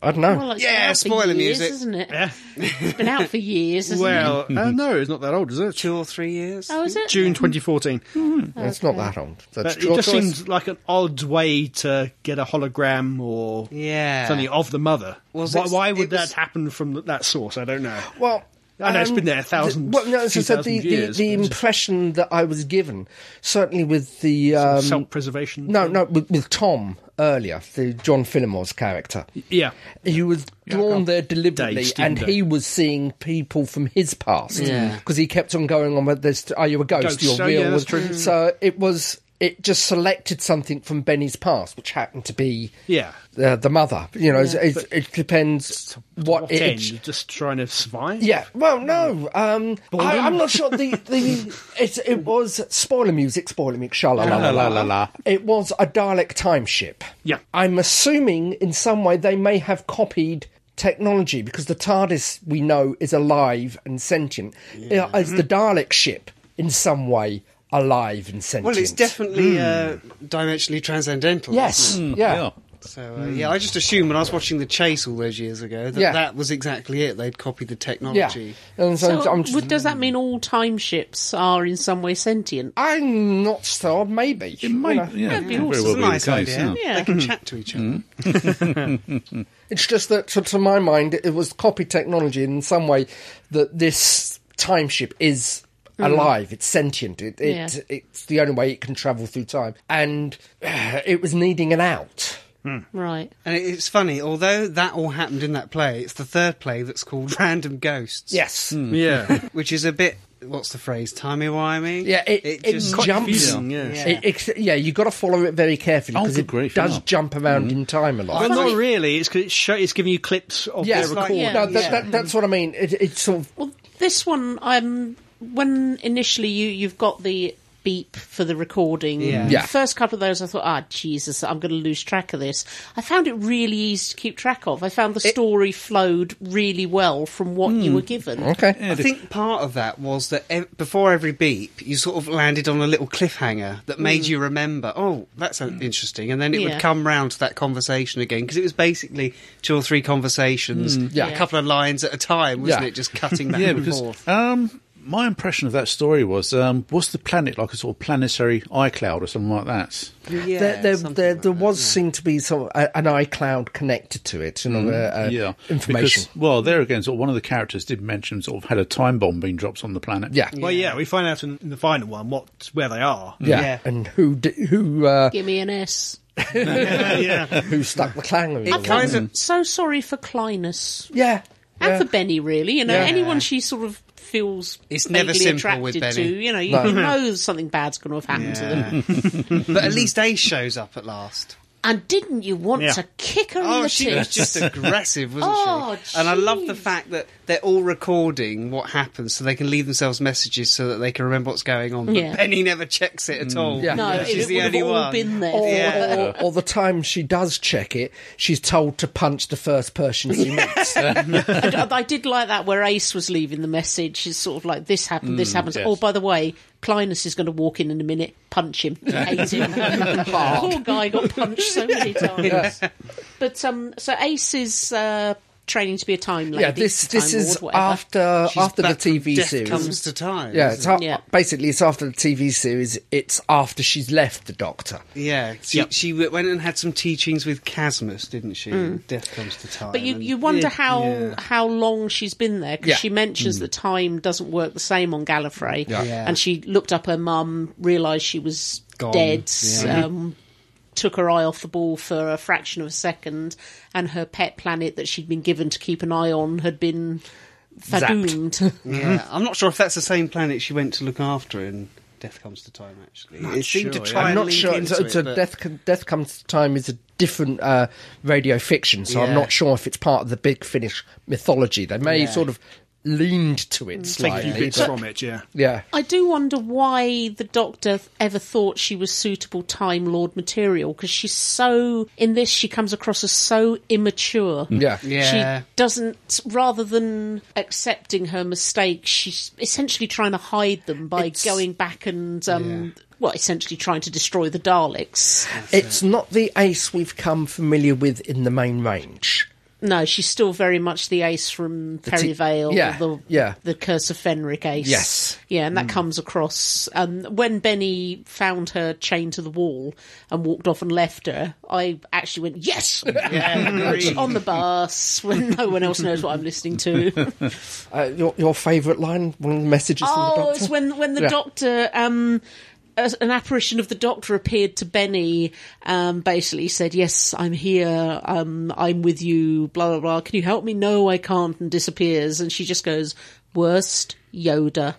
Speaker 2: I don't know.
Speaker 3: Well, it's
Speaker 5: Yeah,
Speaker 3: been out for
Speaker 5: spoiler
Speaker 3: years,
Speaker 5: music.
Speaker 3: isn't it?
Speaker 1: Yeah.
Speaker 3: It's been out for years. Isn't it?
Speaker 1: Well,
Speaker 5: Hmm.
Speaker 1: uh, no, it's not that old, is it?
Speaker 5: Two or three years.
Speaker 3: Oh, is it?
Speaker 1: June 2014.
Speaker 2: It's not that old. That's
Speaker 1: But it
Speaker 2: your
Speaker 1: just
Speaker 2: choice.
Speaker 1: seemed like an odd way to get a hologram or
Speaker 5: Yeah.
Speaker 1: something of the mother.
Speaker 5: Was
Speaker 1: why,
Speaker 5: it-
Speaker 1: why would
Speaker 5: it was-
Speaker 1: that happen from th- that source? I don't know.
Speaker 2: Well, um,
Speaker 1: I know it's been there a thousand,
Speaker 2: well, no, as I
Speaker 1: few
Speaker 2: said,
Speaker 1: thousand
Speaker 2: the, the,
Speaker 1: years,
Speaker 2: the
Speaker 1: but-
Speaker 2: impression that I was given, certainly with the um,
Speaker 1: Self-preservation.
Speaker 2: No, no, with, with Tom earlier, the John Fillmore's character.
Speaker 1: Yeah.
Speaker 2: He was drawn there deliberately,
Speaker 1: Dave, Stephen
Speaker 2: and
Speaker 1: Dave.
Speaker 2: he was seeing people from his past.
Speaker 5: Yeah.
Speaker 2: because he kept on going on with this. Are you a ghost?
Speaker 1: Ghost,
Speaker 2: You're
Speaker 1: so,
Speaker 2: real.
Speaker 1: yeah, that's true.
Speaker 2: So it was. It just selected something from Benny's past, which happened to be
Speaker 1: Yeah.
Speaker 2: uh, the mother. You know, it, it, it depends what,
Speaker 1: What
Speaker 2: it,
Speaker 1: end? Just trying to survive?
Speaker 2: yeah, well, no, um, I, I'm not sure. The the it, it was spoiler music, spoiler music, sha la la la la la. It was a Dalek time ship.
Speaker 1: Yeah.
Speaker 2: I'm assuming in some way they may have copied technology because the TARDIS we know is alive and sentient. Uh, Is the Dalek ship in some way alive and sentient?
Speaker 5: Well, it's definitely uh,
Speaker 4: Hmm.
Speaker 5: dimensionally transcendental.
Speaker 2: yes,
Speaker 4: Mm.
Speaker 5: isn't it?
Speaker 2: Hmm. yeah.
Speaker 5: So
Speaker 4: Hmm.
Speaker 5: uh, yeah, I just assumed when I was watching The Chase all those years ago that
Speaker 2: Yeah.
Speaker 5: that was exactly it. They'd copied the
Speaker 2: Yeah,
Speaker 5: technology.
Speaker 2: and so,
Speaker 3: So,
Speaker 2: I'm just,
Speaker 3: would- does that mean all time ships are in some way sentient?
Speaker 2: I'm not sure. Maybe
Speaker 4: It might,
Speaker 2: You know.
Speaker 4: yeah,
Speaker 3: That'd be
Speaker 4: it could very
Speaker 5: It's
Speaker 4: well
Speaker 5: a
Speaker 4: be the
Speaker 5: nice
Speaker 4: case,
Speaker 5: idea.
Speaker 4: yeah. Hmm.
Speaker 3: Yeah.
Speaker 5: They can chat to each other.
Speaker 2: It's just that, to, to my mind, it was copy technology in some way that this time ship is alive, it's sentient, it, it,
Speaker 3: Mm. Yeah.
Speaker 2: it's the only way it can travel through time. And uh, it was needing an out.
Speaker 3: Right.
Speaker 5: And it, it's funny, although that all happened in that play, it's the third play that's called Random Ghosts.
Speaker 2: Yes.
Speaker 1: Hmm. Yeah.
Speaker 5: Which is a bit, what's the phrase, timey-wimey?
Speaker 2: Yeah, it,
Speaker 5: It
Speaker 2: it,
Speaker 5: just- Quite
Speaker 2: jumps.
Speaker 1: confusing, yeah.
Speaker 5: Yeah.
Speaker 2: It, it's- yeah, you've got to follow it very carefully
Speaker 4: Oh,
Speaker 2: because
Speaker 4: good
Speaker 2: it
Speaker 4: grief,
Speaker 2: does
Speaker 4: yeah.
Speaker 2: jump around in time a lot.
Speaker 1: Well,
Speaker 3: Funny.
Speaker 1: not really. It's 'cause it's, show, it's giving you clips of
Speaker 2: yeah,
Speaker 1: their
Speaker 5: like-
Speaker 1: recording.
Speaker 3: yeah.
Speaker 2: no, that,
Speaker 5: Yeah.
Speaker 2: that, that's what I mean. It, it's sort of
Speaker 3: Well, this one, um, when initially you you've got the beep for the recording.
Speaker 5: Yeah.
Speaker 2: Yeah.
Speaker 3: The first couple of those, I thought, ah, Jesus, I'm going to lose track of this. I found it really easy to keep track of. I found the story flowed really well from what
Speaker 5: Hmm.
Speaker 3: you were given.
Speaker 2: okay.
Speaker 5: I think part of that was that ev- before every beep, you sort of landed on a little cliffhanger that made
Speaker 2: Hmm.
Speaker 5: you remember, oh, that's uh, interesting. And then it
Speaker 3: Yeah.
Speaker 5: would come round to that conversation again because it was basically two or three conversations,
Speaker 2: yeah.
Speaker 5: a couple of lines at a time, wasn't
Speaker 2: Hmm. Yeah.
Speaker 5: it? Just cutting back
Speaker 4: Yeah,
Speaker 5: and
Speaker 4: because
Speaker 5: forth.
Speaker 4: um, my impression of that story was um, was the planet like a sort of planetary iCloud or something like that?
Speaker 5: Yeah,
Speaker 2: there, there,
Speaker 5: something
Speaker 2: there,
Speaker 5: like
Speaker 2: there
Speaker 5: that.
Speaker 2: was seemed to be some a, an iCloud connected to it, you know, uh, uh,
Speaker 4: yeah,
Speaker 2: information.
Speaker 4: Because, well, there again, sort of one of the characters did mention sort of had a time bomb being dropped on the planet.
Speaker 2: yeah.
Speaker 1: Well, yeah, we find out in, in the final one what where they are.
Speaker 2: Yeah.
Speaker 5: Yeah.
Speaker 2: and who d- who uh,
Speaker 3: Give me an S.
Speaker 2: who stuck the clanger? in
Speaker 5: It
Speaker 2: the
Speaker 5: kind of
Speaker 3: So sorry for Clinus.
Speaker 2: yeah,
Speaker 3: And
Speaker 2: yeah.
Speaker 3: for Benny, really. You know,
Speaker 2: Yeah.
Speaker 3: anyone she sort of feels
Speaker 5: It's never
Speaker 3: vaguely
Speaker 5: simple with
Speaker 3: attracted to,
Speaker 5: Benny.
Speaker 3: you know, you,
Speaker 2: No.
Speaker 3: you know something bad's going to have happened to them.
Speaker 5: but at least Ace shows up at last.
Speaker 3: And didn't you want
Speaker 1: Yeah.
Speaker 3: to kick her in
Speaker 5: Oh,
Speaker 3: the
Speaker 5: she was
Speaker 3: teeth?
Speaker 5: just aggressive, wasn't
Speaker 3: Oh,
Speaker 5: she? And I love the
Speaker 3: jeez.
Speaker 5: fact that they're all recording what happens so they can leave themselves messages so that they can remember what's going on. But
Speaker 3: Yeah.
Speaker 5: Penny never checks it at all.
Speaker 2: Mm. Yeah.
Speaker 3: No,
Speaker 5: she's
Speaker 3: it
Speaker 5: the
Speaker 3: would have
Speaker 5: only
Speaker 3: all
Speaker 5: one.
Speaker 3: been there.
Speaker 2: Or,
Speaker 5: Yeah.
Speaker 2: or, or the time she does check it, she's told to punch the first person she meets.
Speaker 3: I, d- I did like that where Ace was leaving the message. It's sort of like this happened,
Speaker 2: Mm,
Speaker 3: this happens.
Speaker 4: yes.
Speaker 3: Oh, by the way, Clinus is going to walk in in a minute. Punch him. Ace him. Poor guy got punched so many times. But um, so Ace is uh, training to be a time lady.
Speaker 2: yeah, this this
Speaker 3: Time
Speaker 2: is
Speaker 3: Lord, whatever.
Speaker 2: after
Speaker 5: She's
Speaker 2: after the
Speaker 5: back from
Speaker 2: TV
Speaker 5: Death
Speaker 2: series.
Speaker 5: comes to time.
Speaker 2: yeah,
Speaker 5: isn't
Speaker 2: it's a-
Speaker 3: Yeah.
Speaker 2: basically it's after the TV series. It's after she's left the Doctor.
Speaker 5: it? yeah. She,
Speaker 1: Yep.
Speaker 5: she w- went and had some teachings with Casmus, didn't she? Death comes to time.
Speaker 3: Mm. But you,
Speaker 5: and-
Speaker 3: you wonder
Speaker 5: Yeah.
Speaker 3: how
Speaker 5: Yeah. Mm.
Speaker 3: how long she's been there because
Speaker 2: Yeah.
Speaker 3: she mentions that time doesn't work the same on Gallifrey,
Speaker 5: Yeah.
Speaker 3: and she looked up her mum, realised she was
Speaker 5: Gone.
Speaker 3: dead,
Speaker 5: Yeah.
Speaker 3: um, took her eye off the ball for a fraction of a second, and her pet planet that she'd been given to keep an eye on had been fadooned.
Speaker 5: Yeah,
Speaker 2: Mm.
Speaker 5: I'm not sure if that's the same planet she went to look after in Death Comes to Time. Actually, it
Speaker 1: sure,
Speaker 5: seemed to
Speaker 1: yeah.
Speaker 5: try.
Speaker 2: I'm
Speaker 5: and
Speaker 2: not
Speaker 5: link
Speaker 2: sure.
Speaker 5: Into
Speaker 2: It's, it's a
Speaker 5: it, but-
Speaker 2: death. Con- Death comes to time is a different uh, radio fiction, so I'm
Speaker 5: Yeah.
Speaker 2: not sure if it's part of the big Finnish mythology. They may
Speaker 5: Yeah.
Speaker 2: sort of leaned to it
Speaker 1: Mm. Take a few
Speaker 2: slightly.
Speaker 1: bits from it, yeah.
Speaker 2: Yeah,
Speaker 3: I do wonder why the Doctor ever thought she was suitable Time Lord material because she's so in this she comes across as so immature.
Speaker 2: yeah,
Speaker 5: Yeah.
Speaker 3: She doesn't. Rather than accepting her mistakes, she's essentially trying to hide them by
Speaker 2: It's-
Speaker 3: going back and, um, well, essentially trying to destroy the Daleks.
Speaker 2: It's not the Ace we've come familiar with in the main range.
Speaker 3: No, she's still very much the Ace from Perry
Speaker 2: t-
Speaker 3: Vale.
Speaker 2: yeah,
Speaker 3: the,
Speaker 2: yeah.
Speaker 3: the Curse of Fenric Ace.
Speaker 2: Yes. Mm.
Speaker 3: yeah, and that comes across. Um, when Benny found her chained to the wall and walked off and left her, I actually went yes on the bus when no one else knows what I'm listening to.
Speaker 2: Uh, your your favourite line, one of the messages from the
Speaker 3: Oh,
Speaker 2: Doctor.
Speaker 3: it's when when the
Speaker 2: Yeah.
Speaker 3: doctor um a- an apparition of the doctor appeared to Benny, um, basically said, Yes, I'm here, um, I'm with you, blah, blah, blah. Can you help me? No, I can't, and disappears. And she just goes, Worst Yoda.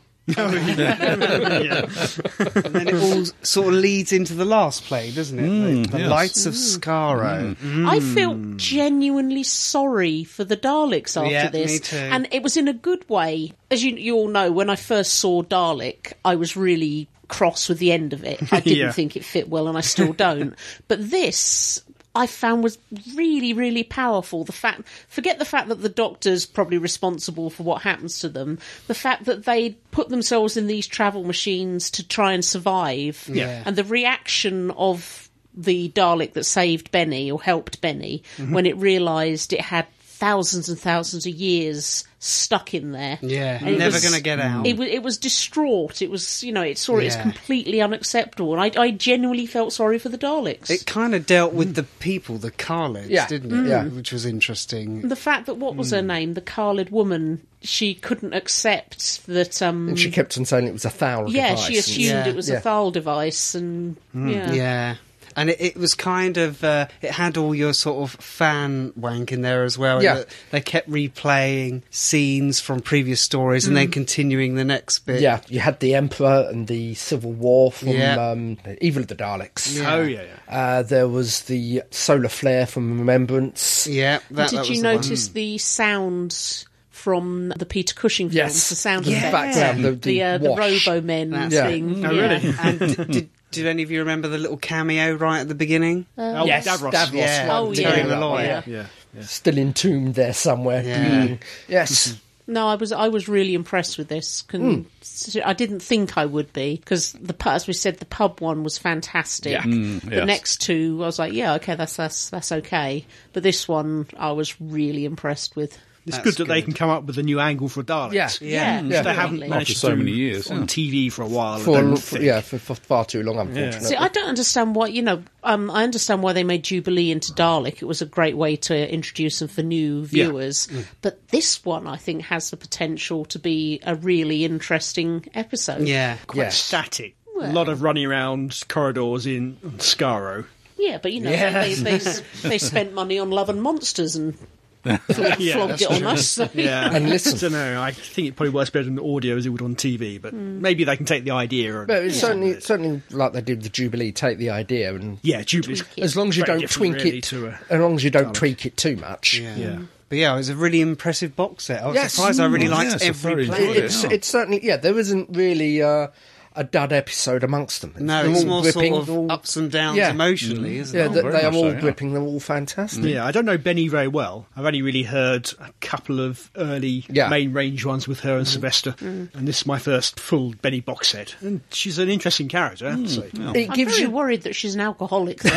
Speaker 5: and then it all sort of leads into the last play, doesn't it?
Speaker 2: Mm,
Speaker 5: the the
Speaker 4: yes.
Speaker 5: Lights
Speaker 3: Mm.
Speaker 5: of Skaro.
Speaker 3: I felt genuinely sorry for the Daleks after
Speaker 5: Hmm. Yeah,
Speaker 3: this,
Speaker 5: me too.
Speaker 3: and it was in a good way. As you, you all know, when I first saw Dalek, I was really cross with the end of it. I didn't
Speaker 1: Yeah.
Speaker 3: think it fit well, and I still don't. but this. I found was really, really powerful. The fact, forget the fact that the doctor's probably responsible for what happens to them. The fact that they put themselves in these travel machines to try and survive.
Speaker 1: Yeah.
Speaker 3: And the reaction of the Dalek that saved Benny or helped Benny
Speaker 5: Mm-hmm.
Speaker 3: when it realised it had thousands and thousands of years stuck in there.
Speaker 5: Yeah,
Speaker 3: And it
Speaker 5: never
Speaker 3: was-
Speaker 5: going to get out.
Speaker 3: It was, it was distraught. It was, you know, it saw it as
Speaker 5: Yeah.
Speaker 3: completely unacceptable. And I, I genuinely felt sorry for the Daleks.
Speaker 5: It kind of dealt with the people, the Carlos,
Speaker 2: Yeah.
Speaker 5: didn't
Speaker 2: Mm.
Speaker 5: it?
Speaker 2: Yeah.
Speaker 5: Which was interesting.
Speaker 3: the fact that what was her
Speaker 5: Hmm.
Speaker 3: name, the Khalid woman, she couldn't accept that. Um,
Speaker 2: And she kept on saying it was a Thal
Speaker 3: yeah,
Speaker 2: device.
Speaker 3: she
Speaker 2: and-
Speaker 3: assumed
Speaker 5: Yeah. Hmm.
Speaker 3: it was
Speaker 2: Yeah.
Speaker 3: a Thal device, and yeah,
Speaker 5: Yeah. And it, it was kind of, uh, it had all your sort of fan wank in there as well. in
Speaker 2: Yeah.
Speaker 5: that They kept replaying scenes from previous stories and
Speaker 3: Mm.
Speaker 5: then continuing the next bit.
Speaker 2: Yeah, you had the Emperor and the Civil War from
Speaker 5: Yeah.
Speaker 2: um, Evil of the Daleks.
Speaker 1: Oh, yeah, yeah.
Speaker 2: Uh, there was the solar flare from Remembrance.
Speaker 5: Yeah. That, that
Speaker 3: Did
Speaker 5: was
Speaker 3: you
Speaker 5: the one.
Speaker 3: notice the sounds from the Peter Cushing films?
Speaker 2: Yes.
Speaker 3: The sound
Speaker 2: Yeah.
Speaker 3: effects,
Speaker 2: Background, the- the
Speaker 3: uh, the
Speaker 2: wash.
Speaker 3: Robo Men
Speaker 5: That's
Speaker 2: it.
Speaker 3: thing.
Speaker 1: Oh,
Speaker 3: yeah.
Speaker 1: really?
Speaker 5: and d- did, did any of you remember the little cameo right at the beginning?
Speaker 3: Uh,
Speaker 1: Oh,
Speaker 2: Uh, yes,
Speaker 1: Davros.
Speaker 2: Davros.
Speaker 5: yeah,
Speaker 3: Oh,
Speaker 5: Terry
Speaker 3: yeah.
Speaker 5: Malloy.
Speaker 3: Yeah.
Speaker 1: Yeah. yeah.
Speaker 2: Still entombed there somewhere.
Speaker 5: Yeah.
Speaker 2: bleeding. Yes.
Speaker 3: No, I was I was really impressed with this.
Speaker 2: Hmm.
Speaker 3: Can, I didn't think I would be because the pu- as we said the pub one was fantastic.
Speaker 2: Yeah.
Speaker 5: Hmm,
Speaker 3: the
Speaker 4: yes.
Speaker 3: next two I was like, yeah, okay, that's that's that's okay. But this one I was really impressed with.
Speaker 1: It's
Speaker 5: That's
Speaker 1: good that they
Speaker 5: good.
Speaker 1: can come up with a new angle for Daleks.
Speaker 2: Yeah.
Speaker 3: Yeah,
Speaker 1: Which They haven't
Speaker 3: absolutely.
Speaker 1: managed
Speaker 4: After
Speaker 1: to
Speaker 4: so
Speaker 1: do
Speaker 4: many years,
Speaker 1: on
Speaker 4: yeah.
Speaker 1: TV for a while. I
Speaker 2: For,
Speaker 1: don't
Speaker 2: for-
Speaker 1: think.
Speaker 2: yeah, for, for far too long, unfortunately.
Speaker 3: See, I don't understand why you know. Um, I understand why they made Jubilee into Dalek. It was a great way to introduce them for new
Speaker 1: Yeah. Mm.
Speaker 3: viewers. But this one, I think, has the potential to be a really interesting episode.
Speaker 5: Yeah.
Speaker 1: quite
Speaker 2: Yes.
Speaker 1: static. a lot of running around corridors in Scaro.
Speaker 3: yeah. But you know, they they, they, s- they spent money on Love and Monsters and So we
Speaker 1: Yeah,
Speaker 3: flogged
Speaker 1: that's
Speaker 3: it on us.
Speaker 1: Yeah.
Speaker 2: And listen.
Speaker 1: So no, I think it probably works better in audio as it would on TV, but
Speaker 3: Hmm.
Speaker 1: maybe they can take the idea. And,
Speaker 2: But it's certainly, certainly like they did with the Jubilee, take the idea and
Speaker 1: yeah, Jubilee's
Speaker 2: as long as you
Speaker 1: very
Speaker 2: don't
Speaker 1: different,
Speaker 2: twink
Speaker 1: really,
Speaker 2: it,
Speaker 1: to a-
Speaker 2: as long as you don't tweak it too much.
Speaker 5: Yeah.
Speaker 1: Yeah.
Speaker 5: But yeah, it was a really impressive box set. I was
Speaker 2: Yes.
Speaker 5: surprised I really
Speaker 4: Mm,
Speaker 5: liked
Speaker 4: yes, I
Speaker 5: every
Speaker 4: very
Speaker 5: play.
Speaker 4: enjoyed it.
Speaker 2: It's,
Speaker 4: Yeah.
Speaker 2: it's certainly yeah. There isn't really uh, a dud episode amongst them.
Speaker 5: No,
Speaker 2: They're
Speaker 5: it's
Speaker 2: all
Speaker 5: more
Speaker 2: gripping,
Speaker 5: sort of
Speaker 2: all-
Speaker 5: ups and downs
Speaker 2: Yeah. Mm.
Speaker 5: emotionally, isn't
Speaker 2: Yeah,
Speaker 5: it?
Speaker 2: they,
Speaker 4: very
Speaker 2: they are
Speaker 4: much
Speaker 2: all
Speaker 4: so, yeah.
Speaker 2: gripping. They're all fantastic.
Speaker 5: Mm.
Speaker 1: Yeah, I don't know Benny very well. I've only really heard a couple of early
Speaker 2: Yeah. Hmm.
Speaker 1: main range ones with her and Sylvester,
Speaker 3: Hmm.
Speaker 1: and this is my first full Benny box set. And she's an interesting character, I have to say.
Speaker 2: It
Speaker 3: I'm
Speaker 2: gives
Speaker 3: very
Speaker 2: you
Speaker 3: worried that she's an alcoholic. Though.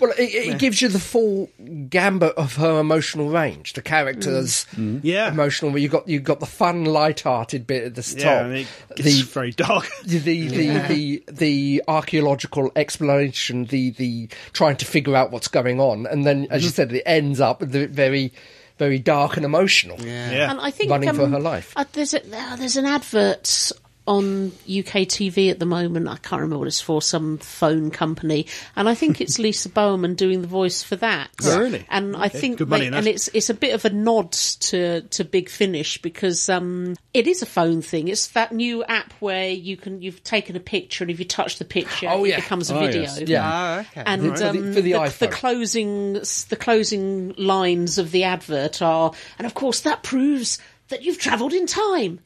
Speaker 2: well, it, it gives you the full gambit of her emotional range. The characters,
Speaker 1: Yeah.
Speaker 2: emotional. Where you got you got the fun, light-hearted bit at the
Speaker 1: Yeah,
Speaker 2: top.
Speaker 1: and it gets
Speaker 2: the
Speaker 1: very dark.
Speaker 2: the the, the the the archaeological explanation, the the trying to figure out what's going on, and then as you said, it ends up with the very very dark and emotional.
Speaker 5: Yeah.
Speaker 1: yeah.
Speaker 3: And I think
Speaker 2: Running
Speaker 3: um,
Speaker 2: for her life.
Speaker 3: Uh, there's a, uh, there's an advert on UK TV at the moment. I can't remember what it's for. Some phone company, and I think it's Lisa Bowman doing the voice for that.
Speaker 1: Oh, really?
Speaker 3: And I think
Speaker 1: Good money
Speaker 3: they-
Speaker 1: in that.
Speaker 3: and it's it's a bit of a nod to to Big Finish because um it is a phone thing. It's that new app where you can you've taken a picture and if you touch the picture,
Speaker 2: Oh, yeah.
Speaker 3: it becomes a
Speaker 4: Oh,
Speaker 3: video.
Speaker 4: yes.
Speaker 2: Yeah.
Speaker 5: Oh, okay.
Speaker 3: And
Speaker 2: For the-
Speaker 3: um,
Speaker 2: for
Speaker 3: the,
Speaker 2: the
Speaker 3: the,
Speaker 2: iPhone.
Speaker 3: closing the closing lines of the advert are, and of course that proves that you've travelled in time.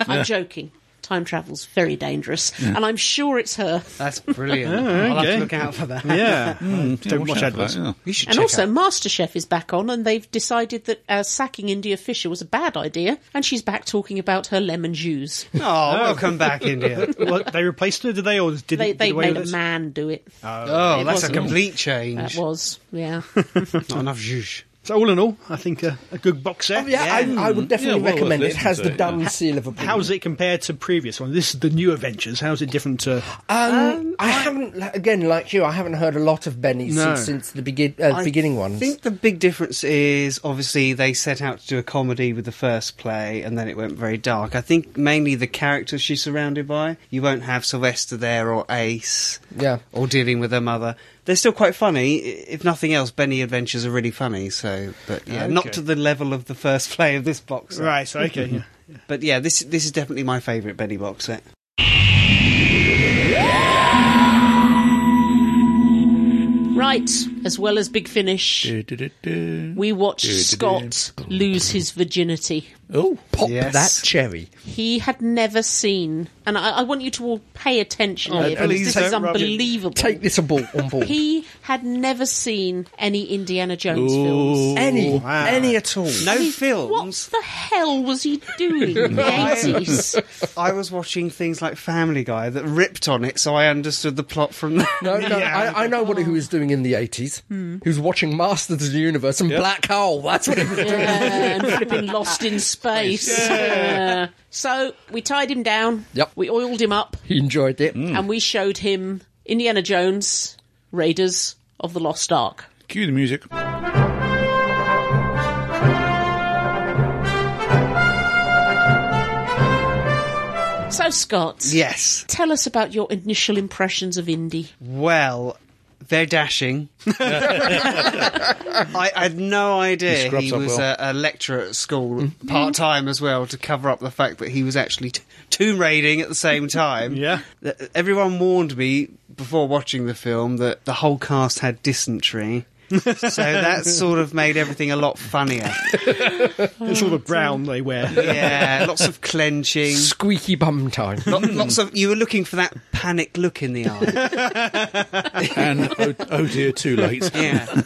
Speaker 3: I'm joking. Time travel's very dangerous, and I'm sure it's her.
Speaker 5: That's brilliant. I'll have
Speaker 1: okay.
Speaker 5: to look out for that.
Speaker 1: yeah.
Speaker 2: Hmm.
Speaker 4: Yeah,
Speaker 1: don't watch
Speaker 4: out for that,
Speaker 1: adverts.
Speaker 4: yeah.
Speaker 5: You should
Speaker 3: And
Speaker 5: check
Speaker 3: also,
Speaker 5: out-
Speaker 3: MasterChef is back on, and they've decided that uh, sacking India Fisher was a bad idea, and she's back talking about her lemon juice.
Speaker 5: Oh, welcome back, India.
Speaker 1: Well, they replaced her, did they? Or did
Speaker 3: They,
Speaker 1: did
Speaker 3: they
Speaker 1: away
Speaker 3: made
Speaker 1: with
Speaker 3: a
Speaker 1: it?
Speaker 3: man do it.
Speaker 5: Oh,
Speaker 3: It
Speaker 5: that's a
Speaker 3: wasn't.
Speaker 5: complete
Speaker 3: That
Speaker 5: change.
Speaker 3: was, yeah.
Speaker 5: Not enough zhuzh.
Speaker 1: So all in all, I think a, a good box set.
Speaker 2: Oh, yeah, I, I would definitely
Speaker 4: Yeah, well worth
Speaker 2: recommend it. It
Speaker 4: listening
Speaker 2: has
Speaker 4: to,
Speaker 2: the
Speaker 4: yeah.
Speaker 2: Dunn seal of approval.
Speaker 1: How's it compared to previous one? This is the new Adventures. How's it different to?
Speaker 2: Um, I haven't, li- again, like you, I haven't heard a lot of Benny
Speaker 1: No.
Speaker 2: since, since the begin, uh, beginning
Speaker 5: I
Speaker 2: ones.
Speaker 5: think the big difference is obviously they set out to do a comedy with the first play and then it went very dark. I think mainly the characters she's surrounded by. You won't have Sylvester there or Ace.
Speaker 2: Yeah.
Speaker 5: Or dealing with her mother. They're still quite funny. I- If nothing else, Benny Adventures are really funny, so but yeah,
Speaker 1: Okay.
Speaker 5: not to the level of the first play of this box set.
Speaker 1: Right. so Okay. yeah.
Speaker 5: But yeah, this this is definitely my favourite Benny box set.
Speaker 3: right, as well as Big Finish.
Speaker 4: Du-du-du-du.
Speaker 3: We watched
Speaker 4: Good.
Speaker 3: Scott lose his virginity.
Speaker 4: Oh,
Speaker 2: Pop
Speaker 5: Yes.
Speaker 2: that cherry.
Speaker 3: He had never seen, and I, I want you to all pay attention here
Speaker 5: please
Speaker 3: because this is
Speaker 5: don't, Robin.
Speaker 3: unbelievable.
Speaker 2: Take this on board. On board.
Speaker 3: He had never seen any Indiana Jones
Speaker 4: Ooh.
Speaker 3: films.
Speaker 2: any,
Speaker 1: Wow.
Speaker 2: any at all.
Speaker 5: Oh, No
Speaker 3: What
Speaker 5: films.
Speaker 3: the hell was he doing Uh, in the eighties?
Speaker 5: I was watching things like Family Guy that ripped on it, so I understood the plot from that.
Speaker 2: No, no,
Speaker 1: Yeah.
Speaker 2: I, I know what he was doing in the 80s. He was watching Masters of the Universe and Black Hole. That's what he was doing.
Speaker 3: and flipping lost in space. Yeah. So we tied him down.
Speaker 2: Yep. Hmm.
Speaker 3: We oiled him up,
Speaker 2: He enjoyed it.
Speaker 3: and we showed him Indiana Jones, Raiders of the Lost Ark.
Speaker 4: cue the music.
Speaker 3: So Scott,
Speaker 5: Yes.
Speaker 3: Tell us about your initial impressions of Indy.
Speaker 5: Well, they're dashing. I, I had no
Speaker 4: He
Speaker 5: idea
Speaker 4: scrubs
Speaker 5: he,
Speaker 4: up
Speaker 5: was
Speaker 4: well.
Speaker 5: a, a lecturer at school, part time as well, to cover up the fact that he was actually t- tomb raiding at the same time.
Speaker 1: Yeah.
Speaker 5: Th- Everyone warned me before watching the film that the whole cast had dysentery. so that sort of made everything a lot funnier.
Speaker 1: It's all the brown they wear.
Speaker 5: Yeah, lots of clenching.
Speaker 2: Squeaky bum time.
Speaker 5: Lo- lots of you were looking for that panic look in the eye.
Speaker 4: And oh, oh dear, too late.
Speaker 5: Yeah.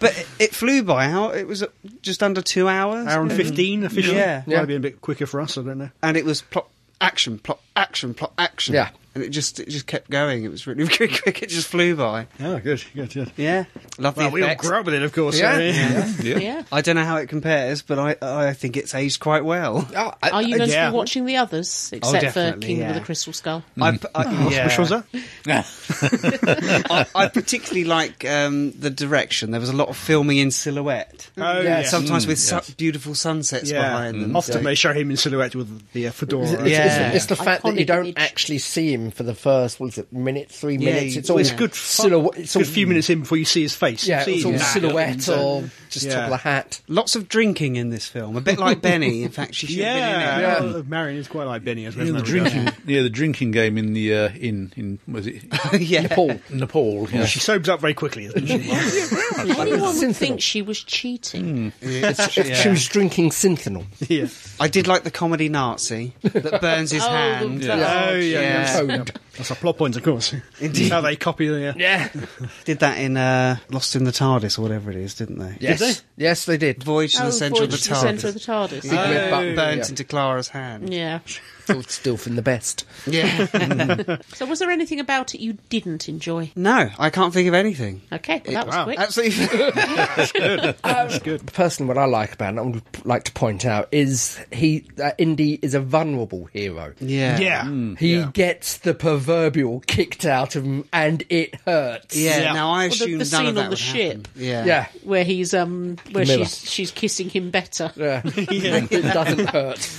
Speaker 5: but it, it flew by. How it was uh, just under two hours,
Speaker 1: Hour and 15 officially.
Speaker 5: Yeah.
Speaker 1: Might have been a bit quicker for us, I don't know.
Speaker 5: and it was plot action, plot action, plot action.
Speaker 2: Yeah.
Speaker 5: and it just it just kept going. It was really quick. quick. It just flew by.
Speaker 1: Oh, good, good, good.
Speaker 5: Yeah, love
Speaker 1: Well,
Speaker 5: the
Speaker 1: we all
Speaker 5: effects.
Speaker 1: grew up with it, of course.
Speaker 2: Yeah.
Speaker 1: I mean.
Speaker 3: Yeah.
Speaker 5: I don't know how it compares, but I I think it's aged quite well.
Speaker 1: Mm.
Speaker 2: Oh, I-
Speaker 3: Are you going
Speaker 1: yeah.
Speaker 3: to be watching the others, except for
Speaker 5: definitely,
Speaker 3: King
Speaker 5: yeah.
Speaker 3: with a Crystal Skull?
Speaker 5: I,
Speaker 1: Oh,
Speaker 5: I, yeah.
Speaker 1: Which was that?
Speaker 5: I, I particularly like um, the direction. There was a lot of filming in silhouette.
Speaker 1: Oh,
Speaker 2: Yes.
Speaker 1: yeah.
Speaker 5: Sometimes with su- beautiful sunsets
Speaker 1: Yeah.
Speaker 5: behind them.
Speaker 1: Often
Speaker 5: so-
Speaker 1: they show him in silhouette with the uh, fedora.
Speaker 5: Yeah.
Speaker 2: It's, it's the fact that you
Speaker 3: Iconic
Speaker 2: don't
Speaker 3: image.
Speaker 2: actually see him for the first what is it minute three minutes
Speaker 5: you-
Speaker 2: it's
Speaker 5: well,
Speaker 2: all
Speaker 1: It's good. Fun,
Speaker 2: silhouette it's all
Speaker 1: good few minutes in before you see his face.
Speaker 2: yeah
Speaker 1: See
Speaker 2: it's all
Speaker 1: him.
Speaker 2: silhouette or just
Speaker 1: Yeah.
Speaker 2: top of the hat.
Speaker 5: Lots of drinking in this film, a bit like Benny. In fact, she should
Speaker 1: Yeah,
Speaker 5: have
Speaker 1: well, Marion is quite like Benny, isn't
Speaker 4: Yeah, the drinking, yeah, the drinking game in the uh, in in was it
Speaker 5: been in it. yeah.
Speaker 2: Paul,
Speaker 4: Nepal? Yeah.
Speaker 1: She sobers up very quickly, doesn't she?
Speaker 3: Anyone would
Speaker 2: Synthetic.
Speaker 3: think she was cheating.
Speaker 2: if she was drinking Synthanol.
Speaker 1: yeah.
Speaker 5: I did like the comedy Nazi that burns his
Speaker 3: Oh,
Speaker 5: hand.
Speaker 3: yeah.
Speaker 1: Oh, yeah.
Speaker 5: Yeah.
Speaker 2: Toad.
Speaker 1: That's a plot point, of course.
Speaker 5: Indeed.
Speaker 1: How they copy the. Uh,
Speaker 2: Yeah.
Speaker 5: Did that in uh, Lost in the TARDIS or whatever it is, didn't they?
Speaker 2: Yes. Yes, they did.
Speaker 5: Voyage to
Speaker 3: Oh,
Speaker 5: the Centre of the
Speaker 3: Voyage to the Centre of the
Speaker 5: TARDIS.
Speaker 3: TARDIS.
Speaker 5: Big red button burnt
Speaker 2: yeah.
Speaker 5: into Clara's hand.
Speaker 3: Uh, yeah.
Speaker 2: Still- Still from the best.
Speaker 5: Yeah.
Speaker 3: So was there anything about it you didn't enjoy?
Speaker 5: no, I can't think of anything.
Speaker 3: Okay, well, that was
Speaker 1: Wow.
Speaker 3: quick.
Speaker 5: Absolutely.
Speaker 2: personally, what I like about it, I would like to point out, is he uh, Indy is a vulnerable hero.
Speaker 5: yeah.
Speaker 1: yeah.
Speaker 2: He gets the proverbial kicked out of him, and it hurts.
Speaker 5: Yeah.
Speaker 1: Yeah.
Speaker 5: Now I
Speaker 3: the- the
Speaker 5: assume none
Speaker 3: scene
Speaker 5: of that
Speaker 3: on the
Speaker 5: would
Speaker 3: ship.
Speaker 5: happen. Yeah.
Speaker 2: yeah,
Speaker 3: where he's um where
Speaker 2: Camilla.
Speaker 3: she's she's kissing him better.
Speaker 2: yeah. it doesn't hurt.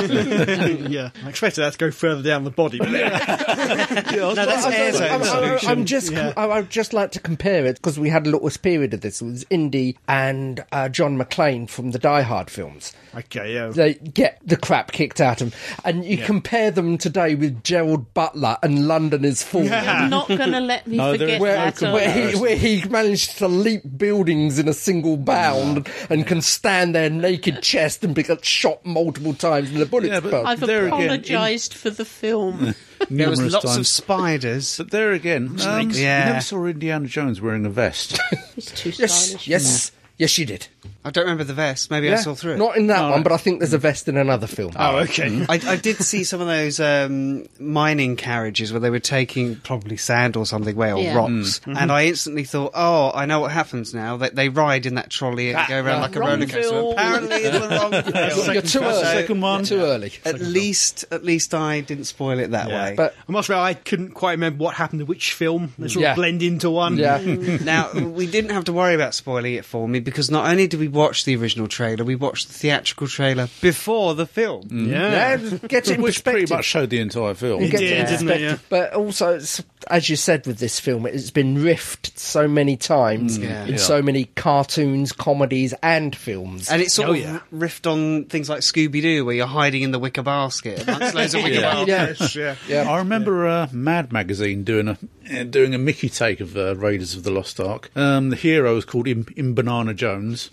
Speaker 1: yeah. I expected that to go further down the body. But
Speaker 5: No, that's
Speaker 2: I'm,
Speaker 5: air
Speaker 2: I'm-
Speaker 5: zone
Speaker 2: I'm-
Speaker 5: solution.
Speaker 2: I'm just,
Speaker 1: Yeah.
Speaker 2: I would just like to compare it because we had a little period of this. It was Indy and uh, John McClane from the Die Hard films.
Speaker 1: okay, yeah.
Speaker 2: They get the crap kicked out of them, and you compare them today with Gerald Butler and London is Falling.
Speaker 3: I'm not gonna let me
Speaker 4: No, there
Speaker 3: forget
Speaker 4: is
Speaker 3: that. uh,
Speaker 4: no comparison.
Speaker 2: where he, where he managed to leap buildings in a single bound and can stand there naked chest and be got shot multiple times and the bullets
Speaker 4: Yeah, but
Speaker 2: but
Speaker 3: I've
Speaker 4: There again, in-
Speaker 3: apologised for the film.
Speaker 5: There was
Speaker 4: numerous
Speaker 5: lots
Speaker 4: times.
Speaker 5: of spiders.
Speaker 4: But there again, um,
Speaker 5: Snakes.
Speaker 4: you
Speaker 5: Yeah.
Speaker 4: never saw Indiana Jones wearing a vest.
Speaker 3: It's too
Speaker 2: yes
Speaker 3: stylish.
Speaker 2: yes yes you did
Speaker 5: I don't remember the vest. Maybe I saw through it.
Speaker 2: not in that one but I think there's a vest in another film
Speaker 1: oh, okay.
Speaker 5: I, I did see some of those um, mining carriages where they were taking probably sand or something away or
Speaker 3: Yeah.
Speaker 5: rocks, and I instantly thought, "Oh, I know what happens now." They, they ride in that trolley and go around like a
Speaker 3: wrong
Speaker 5: roller coaster.
Speaker 3: film.
Speaker 5: Apparently, it's the wrong film.
Speaker 2: you're too
Speaker 4: that's the
Speaker 2: early
Speaker 4: second one.
Speaker 2: too early
Speaker 5: At least, at least I didn't spoil it that way.
Speaker 2: But-
Speaker 1: I must admit, I couldn't quite remember what happened to which film. They sort
Speaker 2: Yeah.
Speaker 1: of blend into one.
Speaker 2: yeah
Speaker 5: now we didn't have to worry about spoiling it for me because not only did we watch the original trailer, we watched the theatrical trailer before the film.
Speaker 1: Yeah.
Speaker 2: get it in
Speaker 4: Which pretty
Speaker 2: perspective
Speaker 4: much showed the entire film.
Speaker 2: Get
Speaker 1: did,
Speaker 2: it in
Speaker 1: didn't it?
Speaker 2: perspective. but also it's, as you said with this film it's been riffed so many times
Speaker 5: yeah.
Speaker 2: in so many cartoons comedies and films
Speaker 5: And it sort
Speaker 1: Oh,
Speaker 5: of
Speaker 1: yeah.
Speaker 5: riffed on things like Scooby Doo, where you're hiding in the wicker basket amongst loads of wicker
Speaker 4: Yeah.
Speaker 5: baskets.
Speaker 2: yeah
Speaker 1: yeah.
Speaker 4: I remember uh, Mad magazine doing a uh, doing a Mickey take of uh, Raiders of the Lost Ark. Um, the hero was called Im, Im Banana Jones.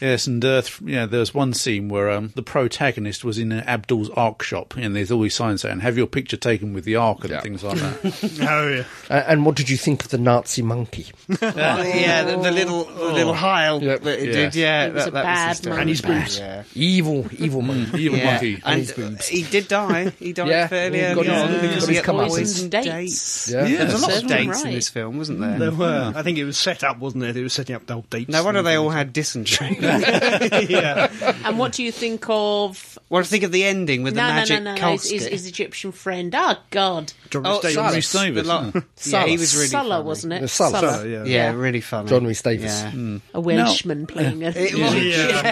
Speaker 4: yes, and uh, th- yeah, there was one scene where um, the protagonist was in uh, Abdul's Ark shop, and there's always signs saying "Have your picture taken with the Ark" and things like that.
Speaker 1: Oh, yeah.
Speaker 2: Uh, and what did you think of the Nazi monkey?
Speaker 5: Oh, yeah, the, the little the little heil
Speaker 2: Yep.
Speaker 5: that it
Speaker 4: Yeah.
Speaker 5: did. Yeah,
Speaker 3: It was
Speaker 5: that,
Speaker 3: a
Speaker 5: that
Speaker 3: bad
Speaker 5: his
Speaker 3: man. And
Speaker 1: Oh. his boobs.
Speaker 5: Yeah.
Speaker 2: evil, evil monkey.
Speaker 4: Evil
Speaker 5: Yeah.
Speaker 4: monkey.
Speaker 5: and uh, he did die. He died
Speaker 2: Yeah.
Speaker 3: Oh,
Speaker 5: fairly
Speaker 2: Got
Speaker 5: early
Speaker 2: his-
Speaker 5: on
Speaker 2: got
Speaker 5: because
Speaker 2: his
Speaker 5: he had
Speaker 2: come out.
Speaker 3: Poisoned
Speaker 5: poisoned
Speaker 3: dates.
Speaker 5: Yeah.
Speaker 2: Yeah.
Speaker 5: There was a lot of
Speaker 3: Served him
Speaker 5: dates in
Speaker 3: right.
Speaker 5: this film, wasn't there?
Speaker 1: There were. I think it was set up, wasn't it? It was setting up the old dates.
Speaker 5: No wonder they all had dysentery.
Speaker 1: yeah.
Speaker 3: And what do you think of
Speaker 5: well, think of the ending with the
Speaker 3: no, no
Speaker 5: magic
Speaker 3: no no no his,
Speaker 5: casket.
Speaker 3: his, his Egyptian friend? Oh God,
Speaker 1: John
Speaker 5: Oh,
Speaker 1: Rhys-Davies.
Speaker 5: Sulla.
Speaker 4: Rhys Davies,
Speaker 5: The lo- yeah, he was really
Speaker 3: Sulla
Speaker 5: funny.
Speaker 3: wasn't it?
Speaker 2: The Sulla.
Speaker 1: Sulla, yeah.
Speaker 5: Yeah, really funny.
Speaker 2: John Rhys Davies.
Speaker 5: Yeah.
Speaker 3: a Welshman playing a
Speaker 5: It was-
Speaker 1: Yeah.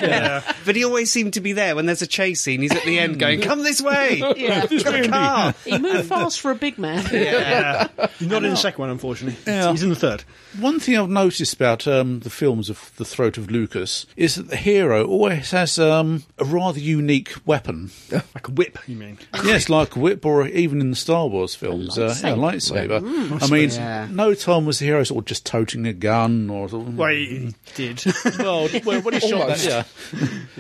Speaker 1: yeah.
Speaker 5: But he always seemed to be there when there's a chase scene. He's at the end going, "Come this way."
Speaker 3: Yeah.
Speaker 5: Got a car.
Speaker 3: He moved fast for a big man.
Speaker 1: He's
Speaker 5: Oh.
Speaker 1: not in the second one, unfortunately.
Speaker 4: Yeah.
Speaker 1: He's in the third.
Speaker 4: One thing I've noticed about um, the films of The Throat of Lucas is that the hero always has um, a rather unique weapon.
Speaker 1: Like a whip, you mean?
Speaker 4: yes, like a whip, or even in the Star Wars films, uh, yeah, a lightsaber. I mean,
Speaker 5: Yeah.
Speaker 4: no time was the hero sort of just toting a gun or sort of-
Speaker 1: Well, he did.
Speaker 4: well, well, when he shot that,
Speaker 2: Almost.
Speaker 4: yeah.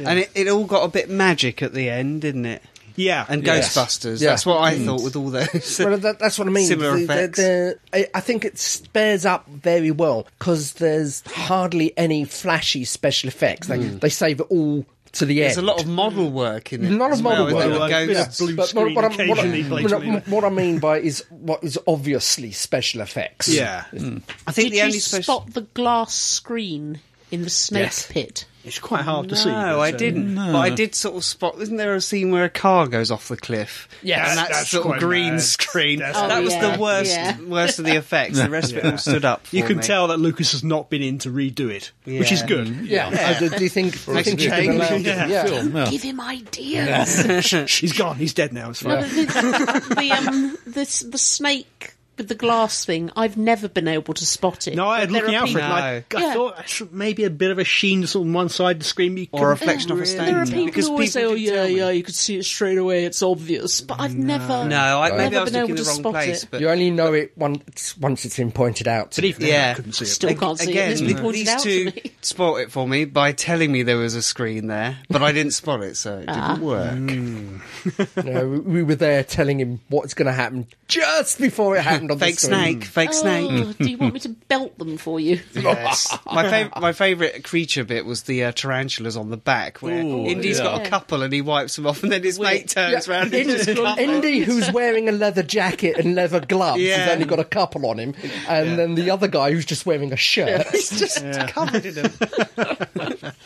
Speaker 5: And it, it all got a bit magic at the end, didn't it?
Speaker 1: yeah.
Speaker 5: And
Speaker 4: Yes.
Speaker 5: Ghostbusters.
Speaker 2: Yeah.
Speaker 5: That's what I
Speaker 1: Mm.
Speaker 5: thought with all those.
Speaker 2: Well, that, that's what I mean.
Speaker 5: Similar
Speaker 2: The- the-
Speaker 5: effects.
Speaker 2: the- I- I think it spares up very well because there's hardly any flashy special effects. They, they save it all to the
Speaker 5: There's a
Speaker 2: end.
Speaker 5: lot of model work in it.
Speaker 2: A lot of
Speaker 5: as well,
Speaker 2: model
Speaker 5: isn't
Speaker 2: work.
Speaker 5: there?
Speaker 1: Well, a bit of
Speaker 5: Ghosts.
Speaker 1: blue
Speaker 2: But what,
Speaker 1: screen
Speaker 2: what I'm- what
Speaker 1: occasionally
Speaker 2: I-
Speaker 1: plays
Speaker 2: what I-
Speaker 1: with it.
Speaker 2: what I mean by is what is obviously special effects.
Speaker 1: Yeah.
Speaker 5: I think
Speaker 3: Did
Speaker 5: the
Speaker 3: you
Speaker 5: only special.
Speaker 3: spot the glass screen in the snake
Speaker 2: Yes.
Speaker 3: pit?
Speaker 1: It's quite hard to see. uh,
Speaker 5: No, I didn't. But I did sort of spot. Isn't there a scene where a car goes off the cliff?
Speaker 2: Yes.
Speaker 5: and that's,
Speaker 1: That's
Speaker 5: sort of
Speaker 1: quite
Speaker 5: green
Speaker 1: mad.
Speaker 5: screen.
Speaker 1: That's
Speaker 5: that
Speaker 3: Oh,
Speaker 5: was
Speaker 3: yeah,
Speaker 5: the worst,
Speaker 3: yeah.
Speaker 5: worst of the effects. The rest of it all stood up.
Speaker 1: You
Speaker 5: for
Speaker 1: can
Speaker 5: me.
Speaker 1: tell that Lucas has not been in to redo it, which is
Speaker 5: Yeah.
Speaker 1: good.
Speaker 2: Yeah. Uh, do, do you think? Do you think you
Speaker 5: change.
Speaker 2: can allow-
Speaker 1: Yeah.
Speaker 2: yeah.
Speaker 4: Film, yeah.
Speaker 3: Give him ideas.
Speaker 1: He's gone. He's dead now. It's fine.
Speaker 3: the, the, um, the, s- the snake with the glass thing, I've never been able to spot it.
Speaker 1: No, I
Speaker 3: But
Speaker 1: had
Speaker 3: there
Speaker 1: looking
Speaker 3: are
Speaker 1: out for it.
Speaker 3: people-
Speaker 1: and I, I
Speaker 3: Yeah.
Speaker 1: thought it's maybe a bit of a sheen just on one side to scream. You
Speaker 5: Or a
Speaker 1: couldn't
Speaker 5: reflection off a
Speaker 1: really-
Speaker 5: stand.
Speaker 3: There are
Speaker 5: No.
Speaker 3: people
Speaker 5: Because
Speaker 3: who always
Speaker 5: people
Speaker 3: say, "Oh
Speaker 5: can
Speaker 3: yeah,
Speaker 5: tell me."
Speaker 3: yeah, you could see it straight away. It's obvious." But I've never,
Speaker 5: No, I, maybe
Speaker 3: never
Speaker 5: I was
Speaker 3: been
Speaker 5: looking
Speaker 3: able
Speaker 5: in
Speaker 3: to
Speaker 5: the wrong
Speaker 3: spot
Speaker 5: place,
Speaker 3: it.
Speaker 5: but
Speaker 2: You only know it once once it's been pointed out. to
Speaker 1: But
Speaker 2: you.
Speaker 1: even then, I
Speaker 5: Yeah.
Speaker 1: couldn't see it.
Speaker 3: Still can't see it.
Speaker 5: again,
Speaker 3: It's been pointed
Speaker 5: these
Speaker 3: out to
Speaker 5: two
Speaker 3: me.
Speaker 5: spot it for me by telling me there was a screen there, but I didn't spot it, so it
Speaker 3: Ah.
Speaker 5: didn't work.
Speaker 2: Mm.
Speaker 5: Uh,
Speaker 2: No, we- we were there telling him what's going to happen just before it happened on
Speaker 5: Fake
Speaker 2: the screen.
Speaker 5: snake, fake snake.
Speaker 3: Oh, do you want me to belt them for you?
Speaker 5: Yes. my fav- my favourite creature bit was the uh, tarantulas on the back, where
Speaker 4: Ooh,
Speaker 5: Indy's
Speaker 4: yeah.
Speaker 5: got a couple and he wipes them off, and then his mate turns round and just
Speaker 2: Ind- Indy, who's wearing a leather jacket and leather gloves, has
Speaker 5: Yeah.
Speaker 2: only got a couple on him, and then the other guy who's just wearing a shirt.
Speaker 5: It's just covered in them.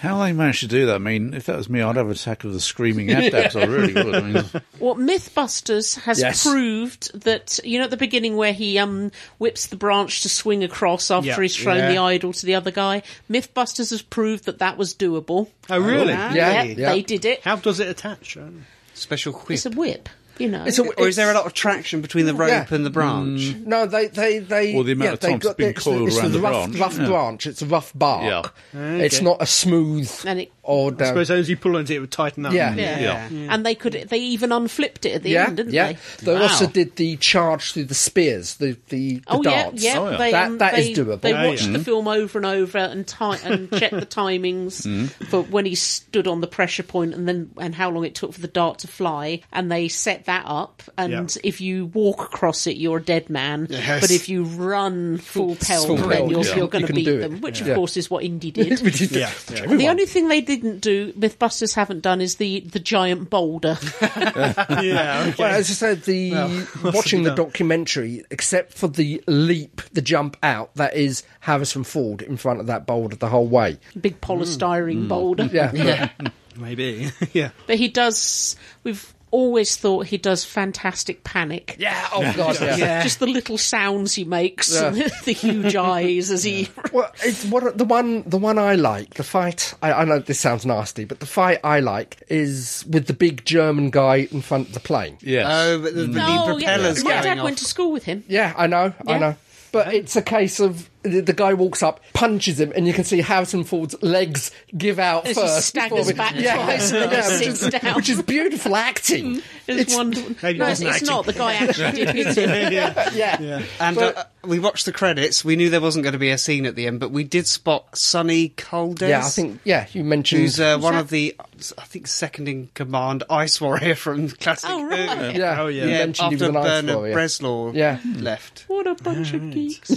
Speaker 4: How they managed to do that? I mean, if that was me, I'd have a attack of the screaming adapts. I really would. I mean,
Speaker 3: Well, MythBusters has
Speaker 2: Yes.
Speaker 3: proved that you know at the beginning where he um whips the branch to swing across after
Speaker 1: Yeah.
Speaker 3: he's thrown the
Speaker 5: Yeah.
Speaker 3: idol to the other guy. MythBusters has proved that that was doable.
Speaker 1: Oh really?
Speaker 5: Ah.
Speaker 2: Yeah,
Speaker 3: Yep,
Speaker 2: yeah.
Speaker 3: they did it.
Speaker 1: How does it attach? I don't know.
Speaker 5: Special whip.
Speaker 3: It's a whip, you know.
Speaker 2: It's a-
Speaker 5: or is there a lot of traction between the rope
Speaker 2: Yeah.
Speaker 5: and the branch?
Speaker 2: No, they they they.
Speaker 4: Or the amount
Speaker 2: yeah,
Speaker 4: of
Speaker 2: they
Speaker 4: times it's
Speaker 2: got
Speaker 4: been
Speaker 2: the- it's
Speaker 4: coiled
Speaker 2: it's
Speaker 4: around the
Speaker 2: rough,
Speaker 4: branch.
Speaker 2: rough
Speaker 4: Yeah.
Speaker 2: branch. It's a rough bark.
Speaker 4: Yeah.
Speaker 2: It's not a smooth
Speaker 3: And it-
Speaker 2: or
Speaker 1: I suppose as soon as you pull into it, it would tighten up.
Speaker 2: Yeah.
Speaker 3: yeah.
Speaker 4: Yeah.
Speaker 3: and they could they even unflipped it at the end, didn't
Speaker 2: yeah.
Speaker 3: they?
Speaker 5: Wow.
Speaker 2: also did the charge through the spears, the the, the
Speaker 3: Oh yeah,
Speaker 2: darts.
Speaker 3: yeah.
Speaker 4: yeah.
Speaker 3: They,
Speaker 2: That-
Speaker 3: um,
Speaker 2: that is
Speaker 3: they,
Speaker 2: doable.
Speaker 3: They
Speaker 1: Yeah,
Speaker 3: watched
Speaker 1: yeah.
Speaker 3: the film over and over and ti and checked the timings for when he stood on the pressure point and then and how long it took for the dart to fly. And they set that up. And
Speaker 1: Yeah.
Speaker 3: if you walk across it, you're a dead man.
Speaker 5: Yes.
Speaker 3: But if you run full pelt,
Speaker 2: full
Speaker 3: then
Speaker 2: pelt,
Speaker 3: you're,
Speaker 2: yeah.
Speaker 3: you're going
Speaker 2: You
Speaker 3: to
Speaker 2: can
Speaker 3: beat
Speaker 2: do it.
Speaker 3: them, which
Speaker 2: Yeah.
Speaker 3: of course is what Indy did.
Speaker 2: Which is-
Speaker 1: Yeah, yeah.
Speaker 2: everyone.
Speaker 3: The only thing they didn't do, MythBusters haven't done, is the the giant boulder.
Speaker 1: yeah. okay.
Speaker 2: Well, as I said, the watching the documentary, except for the leap, the jump out, that is Harrison Ford in front of that boulder the whole way.
Speaker 3: big polystyrene boulder.
Speaker 2: Yeah.
Speaker 1: Maybe. yeah.
Speaker 3: But he does. We've always thought he does fantastic panic.
Speaker 2: Yeah. Oh God. Yeah.
Speaker 3: Just the little sounds he makes, and the huge eyes as he.
Speaker 2: Well, it's what the one the one I like. The fight. I, I know this sounds nasty, but the fight I like is with the big German guy in front of the plane.
Speaker 4: yes.
Speaker 5: Oh, but the, but the propellers
Speaker 3: My
Speaker 5: going
Speaker 3: dad
Speaker 5: off.
Speaker 3: went to school with him.
Speaker 2: Yeah, I know, I
Speaker 3: Yeah.
Speaker 2: know. But it's a case of the, the guy walks up, punches him, and you can see Harrison Ford's legs give out
Speaker 3: As he
Speaker 2: first.
Speaker 3: staggers
Speaker 2: before we-
Speaker 3: back twice and then he
Speaker 2: which,
Speaker 3: sits
Speaker 2: is,
Speaker 3: down. Mm.
Speaker 2: which is beautiful acting.
Speaker 3: It's, wonderful.
Speaker 1: Maybe
Speaker 3: no,
Speaker 1: it
Speaker 3: it's,
Speaker 1: wasn't
Speaker 3: it's not. The guy actually did hit him.
Speaker 1: yeah.
Speaker 2: Yeah.
Speaker 5: And uh, we watched the credits. We knew there wasn't going to be a scene at the end, but we did spot Sonny Coldes.
Speaker 2: Yeah, I think, yeah, you mentioned.
Speaker 5: who's uh, one
Speaker 3: that-
Speaker 5: of the, I think, second in command Ice Warrior from Classic.
Speaker 3: Oh,
Speaker 5: Who.
Speaker 3: right.
Speaker 2: yeah,
Speaker 1: Oh,
Speaker 2: you
Speaker 1: yeah.
Speaker 5: Yeah,
Speaker 2: mentioned he was
Speaker 5: after
Speaker 2: an ice
Speaker 5: Bernard
Speaker 2: warrior.
Speaker 5: Breslau
Speaker 2: Yeah.
Speaker 5: left.
Speaker 3: What a bunch of geeks.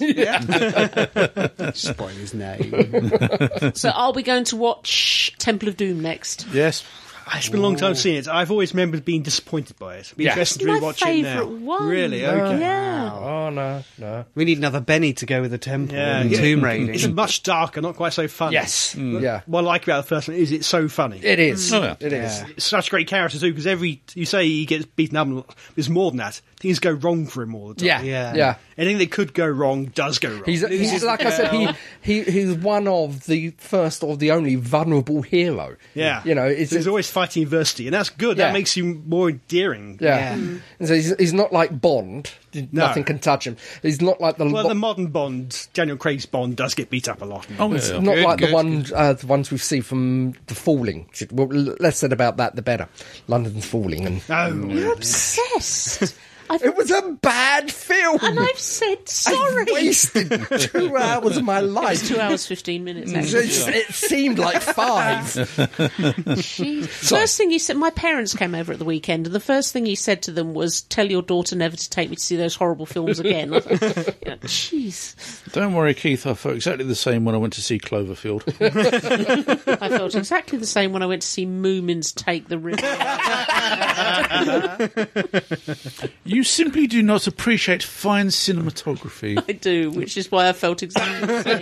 Speaker 5: Spoil his name.
Speaker 3: So, are we going to watch Temple of Doom next?
Speaker 4: yes.
Speaker 1: It's been a long time seeing it. I've always remembered being disappointed by it. It'd be
Speaker 4: Yeah.
Speaker 1: interesting to
Speaker 3: My
Speaker 1: rewatch it now.
Speaker 3: favourite one.
Speaker 1: Really? Okay.
Speaker 3: Yeah.
Speaker 2: Oh, no, no.
Speaker 5: we need another Benny to go with the temple
Speaker 1: Yeah.
Speaker 5: and
Speaker 1: Yeah.
Speaker 5: tomb
Speaker 1: It's
Speaker 5: raiding.
Speaker 1: much darker, not quite so funny.
Speaker 2: Yes. Mm. Yeah.
Speaker 1: What I like about the first one is it's so funny.
Speaker 2: It is.
Speaker 4: Oh, yeah.
Speaker 2: It is.
Speaker 1: It's such great character too, because every you say he gets beaten up, and there's more than that. Things go wrong for him all the time.
Speaker 2: Yeah. Yeah.
Speaker 5: Yeah.
Speaker 1: Anything that could go wrong does go wrong.
Speaker 2: He's, he's like I said, he,
Speaker 5: uh,
Speaker 2: he he's one of the first or the only vulnerable hero.
Speaker 1: yeah,
Speaker 2: You know, it's,
Speaker 1: So he's always fighting adversity, and that's good.
Speaker 2: Yeah.
Speaker 1: That makes him more endearing.
Speaker 2: Yeah. And so he's, he's not like Bond. Nothing can touch him. He's not like the,
Speaker 1: Well, the modern Bond, Daniel Craig's Bond, does get beat up a lot.
Speaker 4: Oh, yeah.
Speaker 2: not
Speaker 5: Good,
Speaker 2: like the
Speaker 5: good,
Speaker 2: one uh, the ones we've seen from The Falling. Well, l- less said about that, the better. London's Falling, and
Speaker 1: Oh,
Speaker 3: You're obsessed. I've,
Speaker 2: it was a bad film.
Speaker 3: and I've said
Speaker 2: I
Speaker 3: sorry.
Speaker 2: wasted two hours of my life.
Speaker 3: Two hours, 15 minutes.
Speaker 2: It,
Speaker 3: actually.
Speaker 2: it seemed like five.
Speaker 3: Jeez. First thing he said, my parents came over at the weekend, and the first thing he said to them was, "Tell your daughter never to take me to see those horrible films again." I was like, yeah, Jeez,
Speaker 4: Don't worry, Keith. I felt exactly the same when I went to see Cloverfield.
Speaker 3: I felt exactly the same when I went to see Moomin's Take the River.
Speaker 4: you simply do not appreciate fine cinematography.
Speaker 3: I do, which is why I felt exactly the same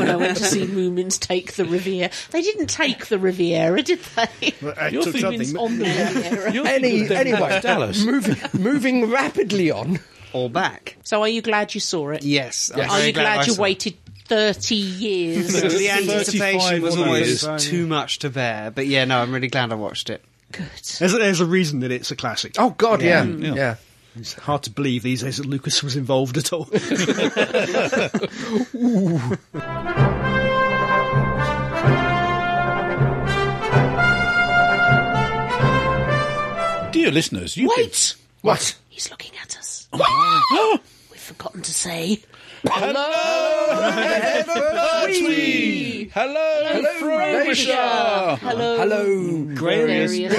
Speaker 3: when I went to see Moomin's Take the Riviera. They didn't take the Riviera, did they?
Speaker 1: I
Speaker 4: You're
Speaker 1: took
Speaker 4: thinking
Speaker 3: Moomin's
Speaker 1: something.
Speaker 3: on the Riviera.
Speaker 4: You're
Speaker 2: Any,
Speaker 4: thinking of them
Speaker 2: anyway,
Speaker 4: in Dallas.
Speaker 2: Moving, moving rapidly on.
Speaker 5: Or back.
Speaker 3: So, are you glad you saw it?
Speaker 5: Yes. I'm
Speaker 3: Are
Speaker 5: very
Speaker 3: you glad,
Speaker 5: I
Speaker 3: you
Speaker 5: saw it.
Speaker 3: waited thirty years?
Speaker 5: The
Speaker 4: 35
Speaker 5: anticipation was
Speaker 4: or
Speaker 5: always
Speaker 1: something.
Speaker 5: too much to bear. But yeah, no, I'm really glad I watched it.
Speaker 3: Good.
Speaker 1: There's a, there's a reason that it's a classic.
Speaker 2: Oh God, Oh, yeah, yeah.
Speaker 1: It's hard to believe these days that Lucas was involved at all.
Speaker 4: Dear listeners, you can-
Speaker 3: Wait!
Speaker 2: What?
Speaker 3: He's looking at us. We've forgotten to say.
Speaker 4: Hello, Frobisher!
Speaker 3: Hello.
Speaker 2: Hello,
Speaker 3: Various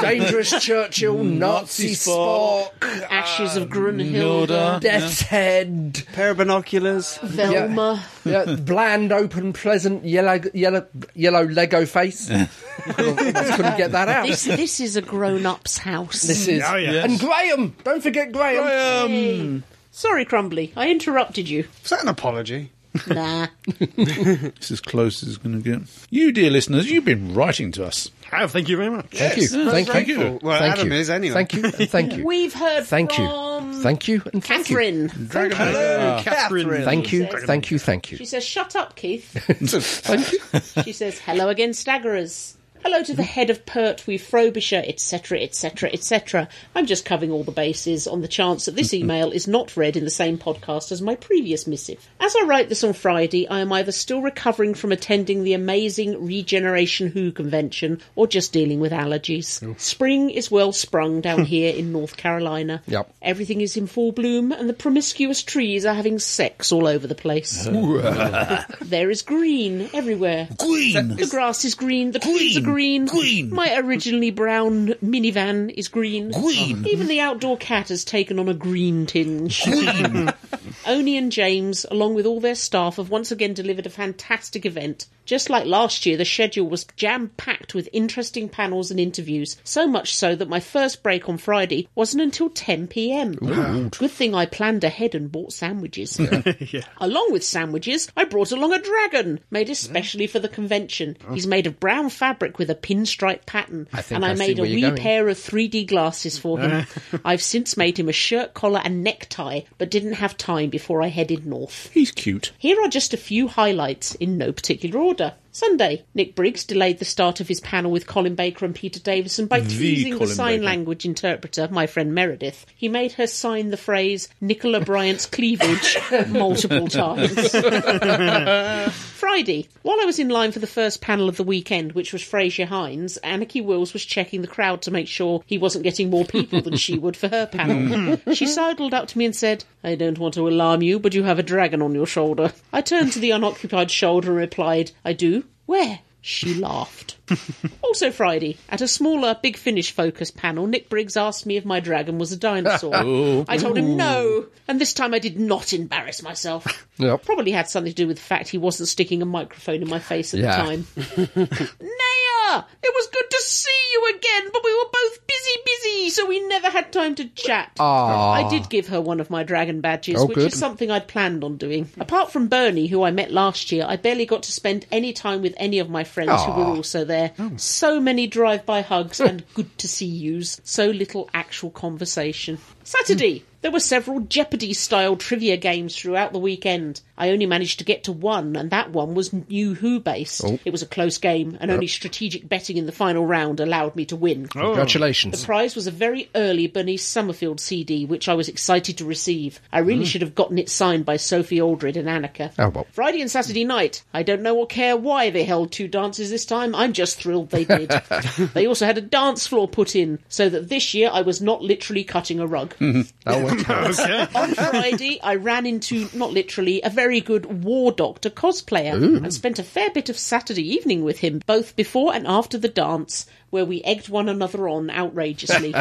Speaker 2: dangerous Churchill, Nazi
Speaker 4: Nazi Spock.
Speaker 2: Spock,
Speaker 3: ashes of Grunhilde.
Speaker 2: Death's Head,
Speaker 5: Pair of binoculars.
Speaker 3: Velma.
Speaker 2: yeah, bland, open, pleasant, yellow, yellow, yellow Lego face. I couldn't get that out.
Speaker 3: This, this is a grown up's house.
Speaker 2: This is
Speaker 1: Oh, yes.
Speaker 2: and Graham. Don't forget Graham.
Speaker 3: Hey. Sorry, Crumbly, I interrupted you.
Speaker 5: Was that an apology?
Speaker 3: Nah.
Speaker 4: It's as close as it's going to get. You, dear listeners, you've been writing to us.
Speaker 1: Have, thank you very much.
Speaker 2: Thank you.
Speaker 4: Yeah,
Speaker 2: Thank you.
Speaker 4: thank you.
Speaker 5: Well,
Speaker 2: Thank
Speaker 5: Adam
Speaker 2: you.
Speaker 5: is anyway.
Speaker 2: Thank you. and Thank you.
Speaker 3: We've heard
Speaker 2: Thank you.
Speaker 3: from
Speaker 2: Thank you. And thank you.
Speaker 3: Catherine.
Speaker 2: Ah.
Speaker 1: Hello, Catherine.
Speaker 2: Thank you. Thank you. Thank
Speaker 3: She
Speaker 2: you.
Speaker 3: says, Shut up, Keith. She says, Hello again, staggerers. Hello to the head of Pertwee, Frobisher, etc., etc., etc. I'm just covering all the bases on the chance that this email is not read in the same podcast as my previous missive. As I write this on Friday, I am either still recovering from attending the amazing Regeneration Who convention or just dealing with allergies. Spring is well sprung down here in North Carolina.
Speaker 2: Yep.
Speaker 3: Everything is in full bloom, and the promiscuous trees are having sex all over the place. There is green everywhere.
Speaker 4: Green!
Speaker 3: The grass is green, the trees are green,
Speaker 4: green.
Speaker 3: my originally brown minivan is green.
Speaker 4: Green.
Speaker 3: Even the outdoor cat has taken on a green tinge. Oni and James, along with all their staff, have once again delivered a fantastic event. Just like last year, the schedule was jam packed with interesting panels and interviews, so much so that my first break on Friday wasn't until 10 pm. Good thing I planned ahead and bought sandwiches. Along with sandwiches, I brought along a dragon, made especially for the convention. He's made of brown fabric with a pinstripe pattern,
Speaker 2: Oh. I think
Speaker 3: and I,
Speaker 2: I see
Speaker 3: made a
Speaker 2: where
Speaker 3: wee
Speaker 2: you're going.
Speaker 3: pair of 3D glasses for him. I've since made him a shirt collar and necktie, but didn't have time before I headed north.
Speaker 4: He's cute.
Speaker 3: Here are just a few highlights in no particular order. Sunday, Nick Briggs delayed the start of his panel with Colin Baker and Peter Davison by teasing the
Speaker 4: Colin
Speaker 3: sign
Speaker 4: Baker.
Speaker 3: language interpreter, my friend Meredith. He made her sign the phrase Nicola Bryant's cleavage multiple times. Friday, while I was in line for the first panel of the weekend, which was Frasier Hines, Anarchy Wills was checking the crowd to make sure he wasn't getting more people than she would for her panel. she sidled up to me and said, I don't want to alarm you, but you have a dragon on your shoulder. I turned to the unoccupied shoulder and replied, I do. Where? She laughed. also Friday, at a smaller Big Finish focused panel, Nick Briggs asked me if my dragon was a dinosaur. I told him no, and this time I did not embarrass myself.
Speaker 2: Yep.
Speaker 5: Oh.
Speaker 3: Probably had something to do with the fact he wasn't sticking a microphone in my face at
Speaker 2: Yeah.
Speaker 3: the time. Naya! It was good to see you again, but we were both busy, busy, so we never had time to chat.
Speaker 2: Aw.
Speaker 3: I did give her one of my dragon badges,
Speaker 2: Oh,
Speaker 3: which
Speaker 2: good.
Speaker 3: is something I'd planned on doing. Apart from Bernie, who I met last year, I barely got to spend any time with any of my friends who were also there. So many drive by hugs and good to see yous, so little actual conversation. Saturday. There were several Jeopardy style trivia games throughout the weekend. I only managed to get to one, and that one was New Who based. It was a close game, and only strategic betting in the final round allowed me to win. The
Speaker 2: Congratulations.
Speaker 3: prize was a very early Bernice Summerfield CD, which I was excited to receive. I really should have gotten it signed by Sophie Aldred and
Speaker 2: Mm.
Speaker 3: Annika.
Speaker 2: Oh, well.
Speaker 3: Friday and Saturday night. I don't know or care why they held two dances this time. I'm just thrilled they did. they also had a dance floor put in, so that this year I was not literally cutting a rug.
Speaker 2: Hmm. That worked out.
Speaker 1: Okay.
Speaker 3: On Friday, I ran into, not literally, a very good War Doctor cosplayer and spent a fair bit of Saturday evening with him, both before and after the dance, where we egged one another on outrageously.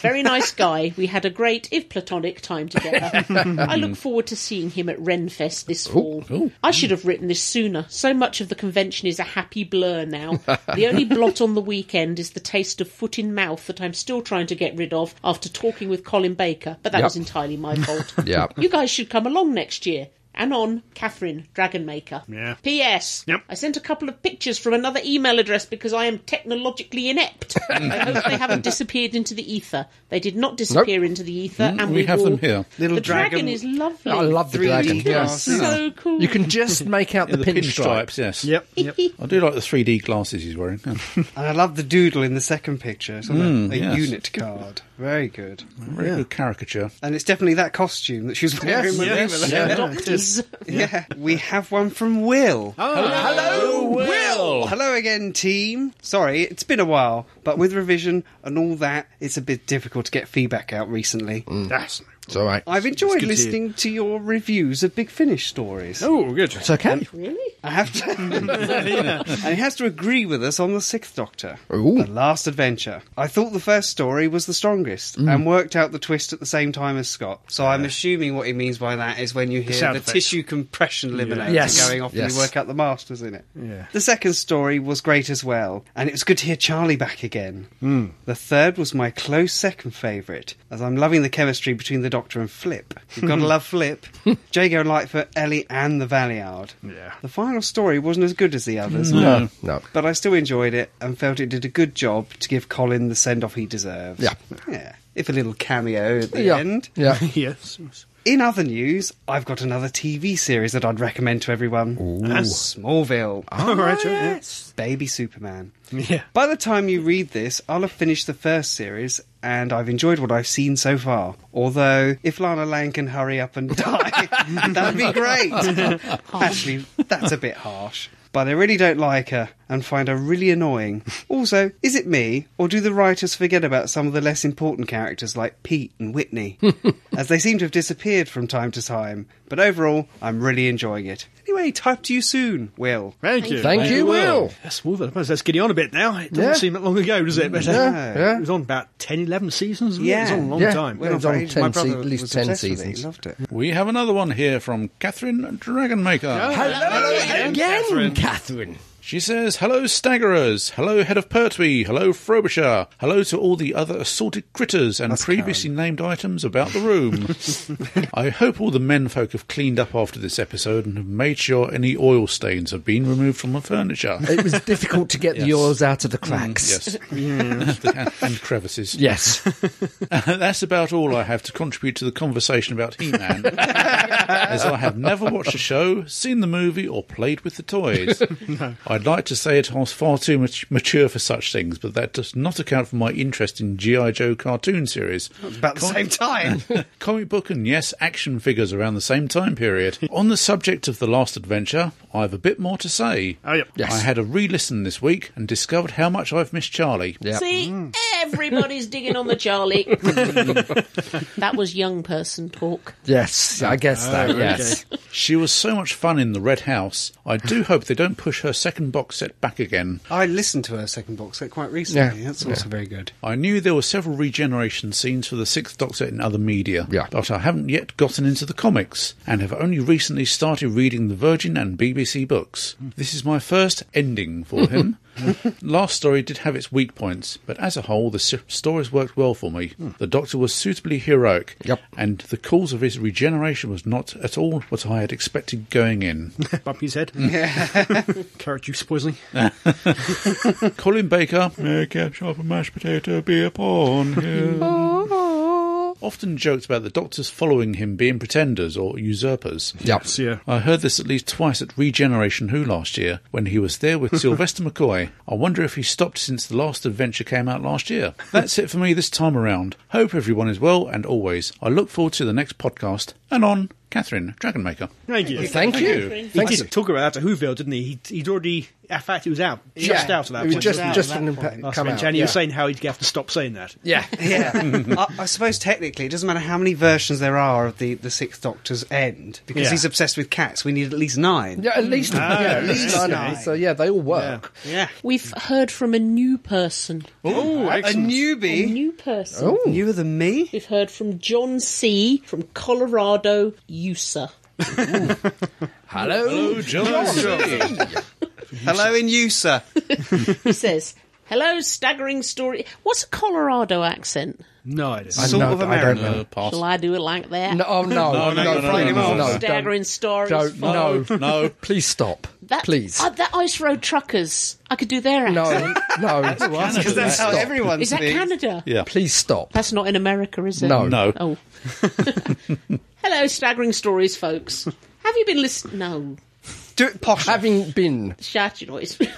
Speaker 3: very nice guy. We had a great, if platonic, time together. I look forward to seeing him at Renfest this fall. I should have written this sooner. So much of the convention is a happy blur now. the only blot on the weekend is the taste of foot in mouth that I'm still trying to get rid of after talking with Colin Baker, but that
Speaker 2: Yep.
Speaker 3: was entirely my fault.
Speaker 2: Yeah.
Speaker 3: You guys should come along next year. Anon Catherine Dragonmaker.
Speaker 1: Yeah.
Speaker 3: P.S.
Speaker 1: Yep.
Speaker 3: I sent a couple of pictures from another email address because I am technologically inept. I hope they haven't disappeared into the ether. They did not disappear into the ether, and
Speaker 4: Mm, we
Speaker 3: we,
Speaker 4: have
Speaker 3: will-
Speaker 4: them here.
Speaker 5: Little
Speaker 3: the dragon,
Speaker 5: dragon-
Speaker 3: is lovely.
Speaker 2: I love the dragon.
Speaker 5: D
Speaker 2: Yeah.
Speaker 5: glass.
Speaker 3: So cool.
Speaker 2: You can just make out the,
Speaker 4: the
Speaker 2: pinstripe.
Speaker 4: pinstripes, yes.
Speaker 1: Yep. yep.
Speaker 4: I do like the 3D glasses he's wearing.
Speaker 5: And I love the doodle in the second picture. It's on
Speaker 2: Hmm,
Speaker 5: a, a
Speaker 4: yes.
Speaker 5: unit card. Very good.
Speaker 4: Very good caricature.
Speaker 5: And it's definitely that costume that she was wearing when we were there.
Speaker 3: Doctors.
Speaker 5: Yeah. We have one from Will.
Speaker 4: Hello, Will!
Speaker 5: Hello again, team. Sorry, it's been a while, but with revision and all that, it's a bit difficult to get feedback out recently.
Speaker 4: Mm.
Speaker 1: That's
Speaker 2: It's all right.
Speaker 5: I've enjoyed
Speaker 1: good to hear.
Speaker 5: listening to your reviews of Big Finish stories.
Speaker 1: oh good.
Speaker 2: It's okay.
Speaker 3: really?
Speaker 5: I have to, and he has to agree with us on the Sixth Doctor,
Speaker 2: Ooh.
Speaker 5: the Last Adventure. I thought the first story was the strongest,
Speaker 2: Mm.
Speaker 5: and worked out the twist at the same time as Scott. So I'm assuming what he means by that is when you hear
Speaker 1: sound
Speaker 5: the,
Speaker 1: effects.
Speaker 5: tissue compression eliminator
Speaker 2: Yes.
Speaker 5: going off and
Speaker 2: Yes.
Speaker 5: you work out the masters in it.
Speaker 1: Yeah.
Speaker 5: The second story was great as well, and it was good to hear Charlie back again.
Speaker 1: Hmm.
Speaker 5: The third was my close second favourite, as I'm loving the chemistry between the Doctor and Flip. You've got to love Flip, Jago Lightfoot, Ellie, and the Valiard.
Speaker 1: Yeah.
Speaker 5: The final story wasn't as good as the others,
Speaker 4: No.
Speaker 2: No.
Speaker 5: but I still enjoyed it and felt it did a good job to give Colin the send off he deserves.
Speaker 2: Yeah.
Speaker 5: Yeah. If a little cameo at the
Speaker 2: Yeah.
Speaker 5: end.
Speaker 2: Yeah.
Speaker 1: yes.
Speaker 5: In other news, I've got another TV series that I'd recommend to everyone. That's Smallville.
Speaker 2: Ah.
Speaker 1: All right. sure, yeah.
Speaker 5: Yes. Baby Superman.
Speaker 1: Yeah.
Speaker 5: By the time you read this, I'll have finished the first series, and I've enjoyed what I've seen so far. Although, if Lana Lang can hurry up and die, that'd be great. Actually, that's a bit harsh. But I really don't like her and find her really annoying. Also, is it me, or do the writers forget about some of the less important characters like Pete and Whitney, as they seem to have disappeared from time to time? But overall, I'm really enjoying it. Anyway, type to you soon, Will.
Speaker 1: Thank you.
Speaker 2: Thank you, Will.
Speaker 1: Yes, well, I suppose that's getting on a bit now. It doesn't
Speaker 2: Yeah.
Speaker 1: seem that long ago, does it? But, uh,
Speaker 5: Yeah,
Speaker 2: yeah.
Speaker 1: It was on about 10, 11 seasons. wasn't it?
Speaker 5: Yeah.
Speaker 1: It was on a long
Speaker 2: Yeah.
Speaker 1: time.
Speaker 2: Well, it's on
Speaker 5: Afraid
Speaker 2: 10
Speaker 5: my brother
Speaker 2: se- at least
Speaker 5: was
Speaker 2: 10
Speaker 5: obsessed with it. He
Speaker 2: seasons.
Speaker 5: loved it.
Speaker 4: We have another one here from Catherine Dragonmaker.
Speaker 2: Hello again, Catherine.
Speaker 4: She says, Hello, Staggerers. Hello, Head of Pertwee. Hello, Frobisher. Hello to all the other assorted critters and previously named items about the room. I hope all the menfolk have cleaned up after this episode and have made sure any oil stains have been removed from the furniture.
Speaker 2: It was difficult to get the oils out of the cracks.
Speaker 4: yes. and, and crevices.
Speaker 2: Yes.
Speaker 4: That's about all I have to contribute to the conversation about He Man, as I have never watched the show, seen the movie, or played with the toys. I'd like to say it I was far too much mature for such things, but that does not account for my interest in G.I. Joe cartoon series.
Speaker 5: About the same time.
Speaker 4: Comic book and yes, action figures around the same time period. On the subject of The Last Adventure, I have a bit more to say.
Speaker 1: Oh, yep.
Speaker 2: Yes.
Speaker 4: I had a re listen this week and discovered how much I've missed Charlie.
Speaker 2: Yeah.
Speaker 3: See,
Speaker 2: Mm.
Speaker 3: everybody's digging on the Charlie. that was young person talk.
Speaker 2: Yes. I guess that. Yes.
Speaker 4: She was so much fun in the Red House. I do hope they don't push her second box set back again.
Speaker 5: I listened to her second box set quite recently.
Speaker 2: Yeah.
Speaker 5: That's also very good.
Speaker 4: I knew there were several regeneration scenes for the Sixth Doctor in other media,
Speaker 2: Yeah.
Speaker 4: but I haven't yet gotten into the comics and have only recently started reading the Virgin and BBC books. This is my first ending for him. Last story did have its weak points, but as a whole, the s- stories worked well for me. The Doctor was suitably heroic,
Speaker 2: Hmm. Yep.
Speaker 4: and the cause of his regeneration was not at all what I had expected going in.
Speaker 1: Bump his head. Carrot juice poisoning.
Speaker 4: Colin Baker, make a sharp mashed potato be upon him.
Speaker 3: Oh.
Speaker 4: Often joked about the doctors following him being pretenders or usurpers.
Speaker 2: Yep.
Speaker 1: So, yeah.
Speaker 4: I heard this at least twice at Regeneration Who last year when he was there with Sylvester McCoy. I wonder if he stopped since the last adventure came out last year. That's it for me this time around. Hope everyone is well and always. I look forward to the next podcast and on Catherine Dragonmaker.
Speaker 1: Thank you.
Speaker 2: Thank you.
Speaker 1: He
Speaker 2: Thank you.
Speaker 1: did talk about that to Whoville, didn't he? he? He'd already, in fact, he was out, just out of that.
Speaker 2: It was
Speaker 1: point,
Speaker 2: just
Speaker 1: wasn't he?
Speaker 2: just
Speaker 5: At
Speaker 2: an
Speaker 5: that
Speaker 2: impact
Speaker 5: point.
Speaker 1: Last
Speaker 2: come
Speaker 1: bench,
Speaker 2: out.
Speaker 1: and he
Speaker 2: yeah.
Speaker 1: was saying how he'd have to stop saying that.
Speaker 2: yeah.
Speaker 5: Yeah. I, I suppose technically it doesn't matter how many versions there are of the, the Sixth Doctor's End, because
Speaker 1: Yeah.
Speaker 5: he's obsessed with cats. We need at least nine.
Speaker 2: Yeah, at least, yeah, at least
Speaker 1: okay.
Speaker 2: nine. So yeah, they all work.
Speaker 5: Yeah.
Speaker 3: We've heard from a new person.
Speaker 5: Oh,
Speaker 2: Eh?
Speaker 5: a
Speaker 3: A
Speaker 5: newbie.
Speaker 3: new person.
Speaker 2: Oh?
Speaker 5: Newer than me?
Speaker 3: We've heard from John C. from Colorado, USA.
Speaker 2: Hello,
Speaker 4: John.
Speaker 5: Hello in you, sir.
Speaker 3: He says, Hello, staggering story. What's a Colorado accent?
Speaker 1: No idea.
Speaker 2: I
Speaker 5: Sort
Speaker 2: know
Speaker 5: of
Speaker 2: that- I don't
Speaker 5: American.
Speaker 2: know.
Speaker 4: Uh, pass.
Speaker 3: Shall I do it like that?
Speaker 2: No, oh, no, no,
Speaker 4: no, no, no,
Speaker 2: please,
Speaker 4: no, no, no.
Speaker 3: Staggering stories.
Speaker 2: Don't,
Speaker 3: Fuck.
Speaker 2: no,
Speaker 4: No, no.
Speaker 2: please stop.
Speaker 3: That,
Speaker 2: please.
Speaker 3: uh, that Ice Road Truckers. I could do their accent.
Speaker 2: no, no.
Speaker 5: Because that's how
Speaker 2: Stop.
Speaker 5: everyone's
Speaker 3: Is that
Speaker 5: speaks.
Speaker 3: Canada?
Speaker 4: Yeah.
Speaker 2: Please stop.
Speaker 3: That's not in America, is it?
Speaker 2: No.
Speaker 4: No.
Speaker 3: Oh. Hello, staggering stories, folks. Have you been listening? No.
Speaker 5: Do it posh.
Speaker 2: Having been
Speaker 3: Shut your noise.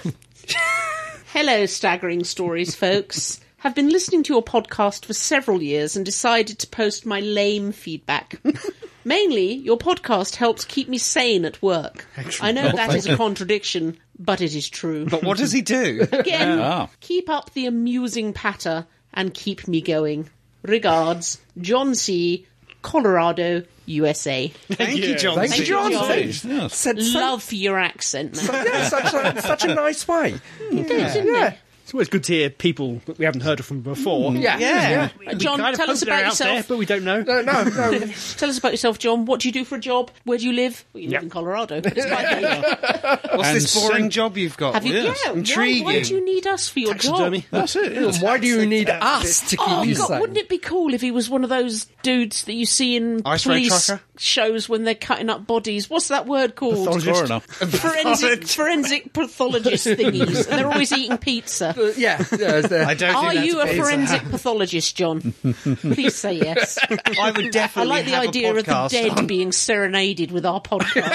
Speaker 3: Hello, staggering stories, folks. Have been listening to your podcast for several years and decided to post my lame feedback. Mainly, your podcast helps keep me sane at work. I know that is a contradiction, but it is true.
Speaker 5: But what does he do?
Speaker 3: Again, keep up the amusing patter and keep me going. Regards, John C., Colorado, USA.
Speaker 5: Thank you, John.
Speaker 2: Thank
Speaker 5: C.
Speaker 2: you, John.
Speaker 3: John.
Speaker 2: Thanks.
Speaker 4: Yes.
Speaker 2: said so-
Speaker 3: Love your accent, man.
Speaker 2: yeah, such a, such a nice way.
Speaker 3: Yeah.
Speaker 1: It's always good to hear people that we haven't heard of from before.
Speaker 2: Yeah, yeah.
Speaker 3: Uh, John,
Speaker 1: Kind of
Speaker 3: tell
Speaker 1: hope
Speaker 3: us
Speaker 1: they're
Speaker 3: about
Speaker 1: out
Speaker 3: yourself.
Speaker 1: there, but we don't know.
Speaker 2: No, no, no.
Speaker 3: Tell us about yourself, John. What do you do for a job? Where do you live? Well, you
Speaker 1: Yep.
Speaker 3: live in Colorado. It's quite big.
Speaker 5: What's
Speaker 4: And
Speaker 5: this boring
Speaker 4: send-
Speaker 5: job you've got?
Speaker 3: Have you?
Speaker 4: Yes.
Speaker 3: Yeah.
Speaker 5: Intriguing.
Speaker 3: Why, why do you need us for your
Speaker 1: Taxidermy.
Speaker 3: job?
Speaker 4: That's it. yes.
Speaker 2: Why do you need us to keep
Speaker 3: Oh
Speaker 2: you
Speaker 3: God!
Speaker 2: sane?
Speaker 3: Wouldn't it be cool if he was one of those dudes that you see in
Speaker 5: Ice road
Speaker 3: police
Speaker 5: trucker?
Speaker 3: shows when they're cutting up bodies? What's that word called?
Speaker 1: Just-
Speaker 4: Coroner.
Speaker 3: Forensic, forensic pathologist thingies. And they're always eating pizza.
Speaker 2: But Uh, yeah, yeah, is there-
Speaker 5: I don't
Speaker 3: Are
Speaker 5: think that's
Speaker 3: you a
Speaker 5: Pizza
Speaker 3: forensic
Speaker 5: Hut.
Speaker 3: pathologist, John? Please say yes.
Speaker 5: I would
Speaker 3: I
Speaker 5: definitely.
Speaker 3: like the
Speaker 5: have a
Speaker 3: idea of the
Speaker 5: podcast
Speaker 3: dead
Speaker 5: on-
Speaker 3: being serenaded with our podcast.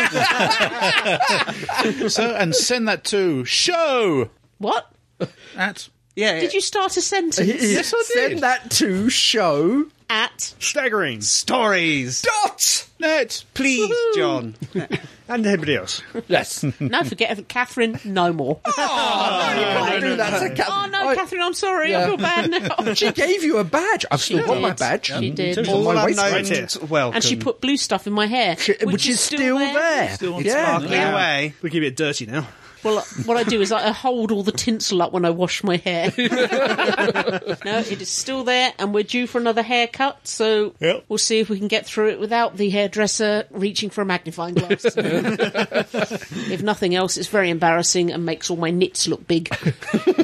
Speaker 4: So, and send that to show
Speaker 3: what?
Speaker 4: at.
Speaker 5: Yeah.
Speaker 3: Did you start a sentence?
Speaker 2: Yes, I did. Send that to show
Speaker 3: At
Speaker 1: Staggering.
Speaker 5: stories?
Speaker 2: dot.
Speaker 4: Net.
Speaker 5: Please, John.
Speaker 1: And anybody else.
Speaker 2: Yes.
Speaker 3: no, forget it, Catherine. No more.
Speaker 2: I do that. So, Kath-
Speaker 3: oh no,
Speaker 2: I-
Speaker 3: Catherine, I'm sorry. I
Speaker 2: Yeah.
Speaker 3: feel bad now.
Speaker 2: She gave you a badge. I've still got my
Speaker 3: did.
Speaker 2: badge.
Speaker 3: She
Speaker 2: Um,
Speaker 3: did.
Speaker 2: it's on
Speaker 5: All
Speaker 2: my
Speaker 5: unknown.
Speaker 2: waistband.
Speaker 1: right here.
Speaker 5: Welcome.
Speaker 3: and she put blue stuff in my hair,
Speaker 2: Which, is still there.
Speaker 4: Still
Speaker 2: yeah.
Speaker 5: Sparkling
Speaker 3: Yeah.
Speaker 5: away.
Speaker 1: We can be a bit dirty now.
Speaker 3: Well, what I do is I hold all the tinsel up when I wash my hair. no, it is still there, and we're due for another haircut. So
Speaker 4: Yep.
Speaker 3: we'll see if we can get through it without the hairdresser reaching for a magnifying glass. if nothing else, it's very embarrassing and makes all my knits look big.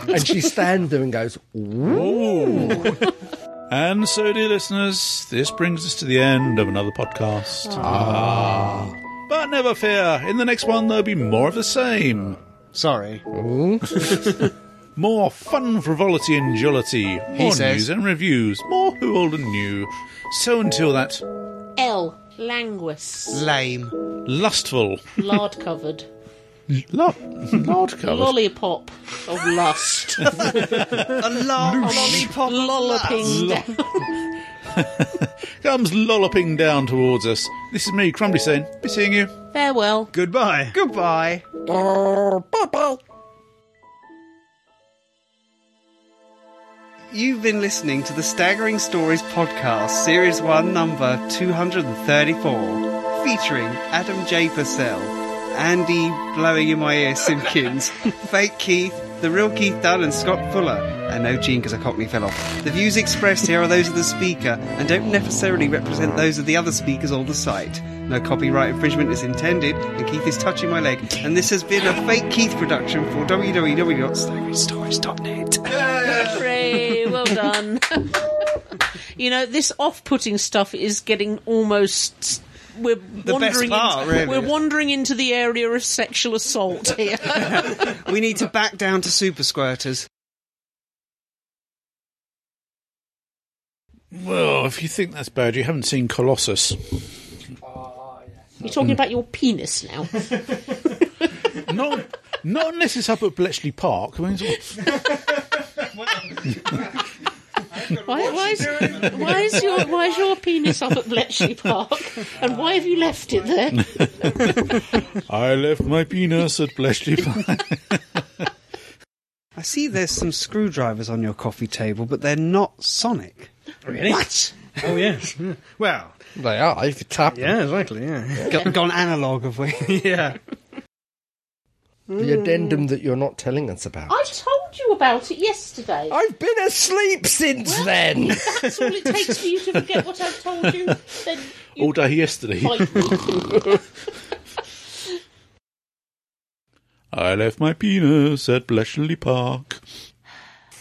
Speaker 2: And she stands there and goes, "Ooh."
Speaker 4: And so, dear listeners, this brings us to the end of another podcast. Ah. But never fear, in the next one, there'll be more of the same.
Speaker 5: Sorry.
Speaker 4: More fun, frivolity, and jollity. More
Speaker 5: says.
Speaker 4: news and reviews. More who old and new. So until that,
Speaker 3: L. Languis.
Speaker 5: Lame.
Speaker 4: lustful.
Speaker 3: Lard covered.
Speaker 4: Lord, Lord covered.
Speaker 3: Lollipop of lust.
Speaker 5: A lot. Lollipop.
Speaker 3: Lolloping down.
Speaker 4: Comes lolloping down towards us. This is me, Crumbly, saying, be seeing you.
Speaker 3: Farewell.
Speaker 1: Goodbye.
Speaker 5: Goodbye. You've been listening to the Staggering Stories podcast, series 1, number 234, featuring Adam J. Purcell, Andy Blowing in My Ear Simpkins, Fake Keith, The Real Keith Dunn, and Scott Fuller. And no Gene because a cockney fell off. The views expressed here are those of the speaker and don't necessarily represent those of the other speakers or the site. No copyright infringement is intended, and Keith is touching my leg. And this has been a Fake Keith production for www.staggeringstories.net.
Speaker 3: Hooray, well done. you know, this off putting stuff is getting almost. We're wandering
Speaker 5: part,
Speaker 3: into,
Speaker 5: really.
Speaker 3: We're wandering into the area of sexual assault here.
Speaker 5: We need to back down to super squirters.
Speaker 4: Well, if you think that's bad, you haven't seen Colossus.
Speaker 3: You're talking about your penis now.
Speaker 4: Not, not unless it's up at Bletchley Park. I mean, it's-
Speaker 3: Why, why, is, why is your why is your penis up at Bletchley Park? And why have you left it there?
Speaker 4: I left my penis at Bletchley Park.
Speaker 5: I see there's some screwdrivers on your coffee table, but they're not sonic.
Speaker 1: Really?
Speaker 3: What?
Speaker 1: Oh, yes. Yeah. Well,
Speaker 2: They are. If you tap
Speaker 1: yeah, exactly, yeah.
Speaker 5: Go- gone analogue, have we?
Speaker 1: yeah.
Speaker 2: the addendum that you're not telling us about.
Speaker 3: I told you about it yesterday.
Speaker 2: I've been asleep since then.
Speaker 3: That's all it takes for you to forget what I've told you. Then you
Speaker 4: All day yesterday.
Speaker 3: fight me.
Speaker 4: I left my penis at Bletchley Park.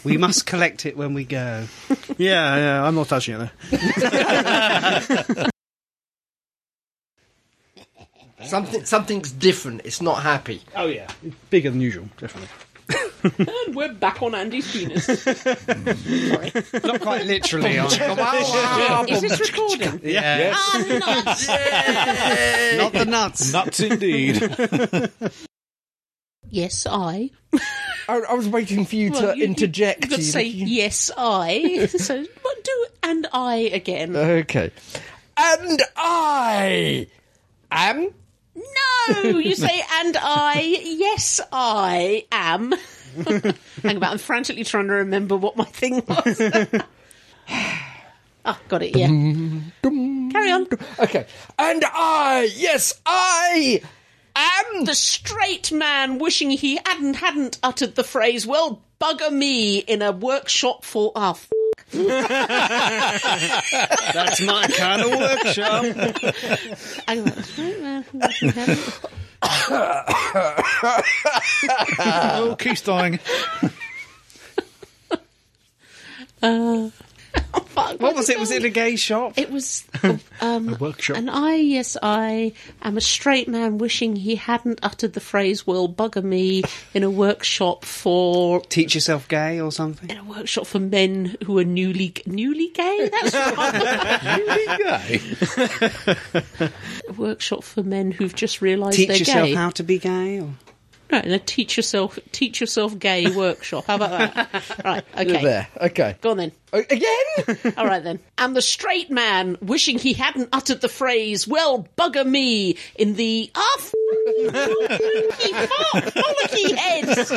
Speaker 5: We must collect it when we go.
Speaker 1: Yeah, yeah, I'm not touching it though.
Speaker 2: Something, something's different. It's not happy.
Speaker 1: Oh yeah, bigger than usual, definitely.
Speaker 3: And we're back on Andy's penis.
Speaker 5: Not quite literally. aren't we?
Speaker 3: Is this recording?
Speaker 5: yeah.
Speaker 3: Ah, nuts.
Speaker 5: Not the nuts.
Speaker 4: Nuts indeed.
Speaker 3: Yes, I.
Speaker 2: I, I was waiting for you
Speaker 3: Well,
Speaker 2: to
Speaker 3: you- you-
Speaker 2: interject.
Speaker 3: You've got to
Speaker 2: You-
Speaker 3: say
Speaker 2: you-
Speaker 3: yes, I. so but do and I
Speaker 2: Uh.
Speaker 3: again.
Speaker 2: Okay. And I am.
Speaker 3: no, you say and I. Yes, I am. Hang about. I'm frantically trying to remember what my thing was. Ah, got it. Yeah. Carry on.
Speaker 2: Okay. And I. Yes, I am.
Speaker 3: The straight man wishing he hadn't hadn't uttered the phrase "Well, bugger me" in a workshop for ah. f-
Speaker 5: That's my kind of workshop.
Speaker 3: I go, straight man wishing he hadn't-
Speaker 4: oh, Keith's dying.
Speaker 3: Fuck,
Speaker 5: What was it? Was it a gay shop?
Speaker 3: It was uh, um,
Speaker 1: workshop.
Speaker 3: And I, yes, I am a straight man wishing he hadn't uttered the phrase "will bugger me" in a workshop for
Speaker 5: Teach yourself gay or something?
Speaker 3: in a workshop for men who are newly newly gay. That's right. a workshop for men who've just realised
Speaker 5: Teach
Speaker 3: they're
Speaker 5: yourself
Speaker 3: gay.
Speaker 5: how to be gay? Or...
Speaker 3: Right, and a teach yourself teach yourself gay workshop. How about that? right, okay.
Speaker 2: There. Okay.
Speaker 3: Go on then.
Speaker 2: O- Again?
Speaker 3: All right then. And the straight man wishing he hadn't uttered the phrase "Well, bugger me" in the ah f- you bollocky fuck, bollocky heads.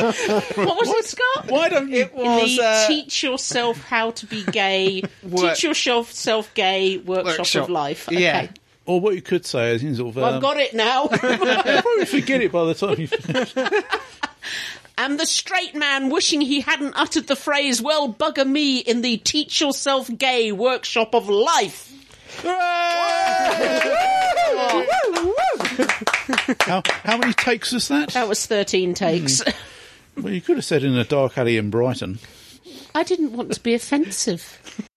Speaker 3: What was it, Scott?
Speaker 4: Why don't you?
Speaker 5: It
Speaker 3: In
Speaker 5: was
Speaker 3: the
Speaker 5: uh,
Speaker 3: teach yourself how to be gay,
Speaker 5: Work-
Speaker 3: teach yourself self gay workshop,
Speaker 5: Workshop.
Speaker 3: of life. Okay.
Speaker 5: Yeah.
Speaker 4: Or what you could say is, you know, sort of,
Speaker 3: I've
Speaker 4: um, "Oh,
Speaker 3: got it now.
Speaker 5: Um.
Speaker 4: You'll probably forget it by the time you.
Speaker 3: and the straight man wishing he hadn't uttered the phrase "Well, bugger me" in the teach yourself gay workshop of life.
Speaker 4: how, how many takes is that?
Speaker 3: That was thirteen takes.
Speaker 5: Hmm.
Speaker 4: Well, you could have said in a dark alley in Brighton.
Speaker 3: I didn't want to be offensive.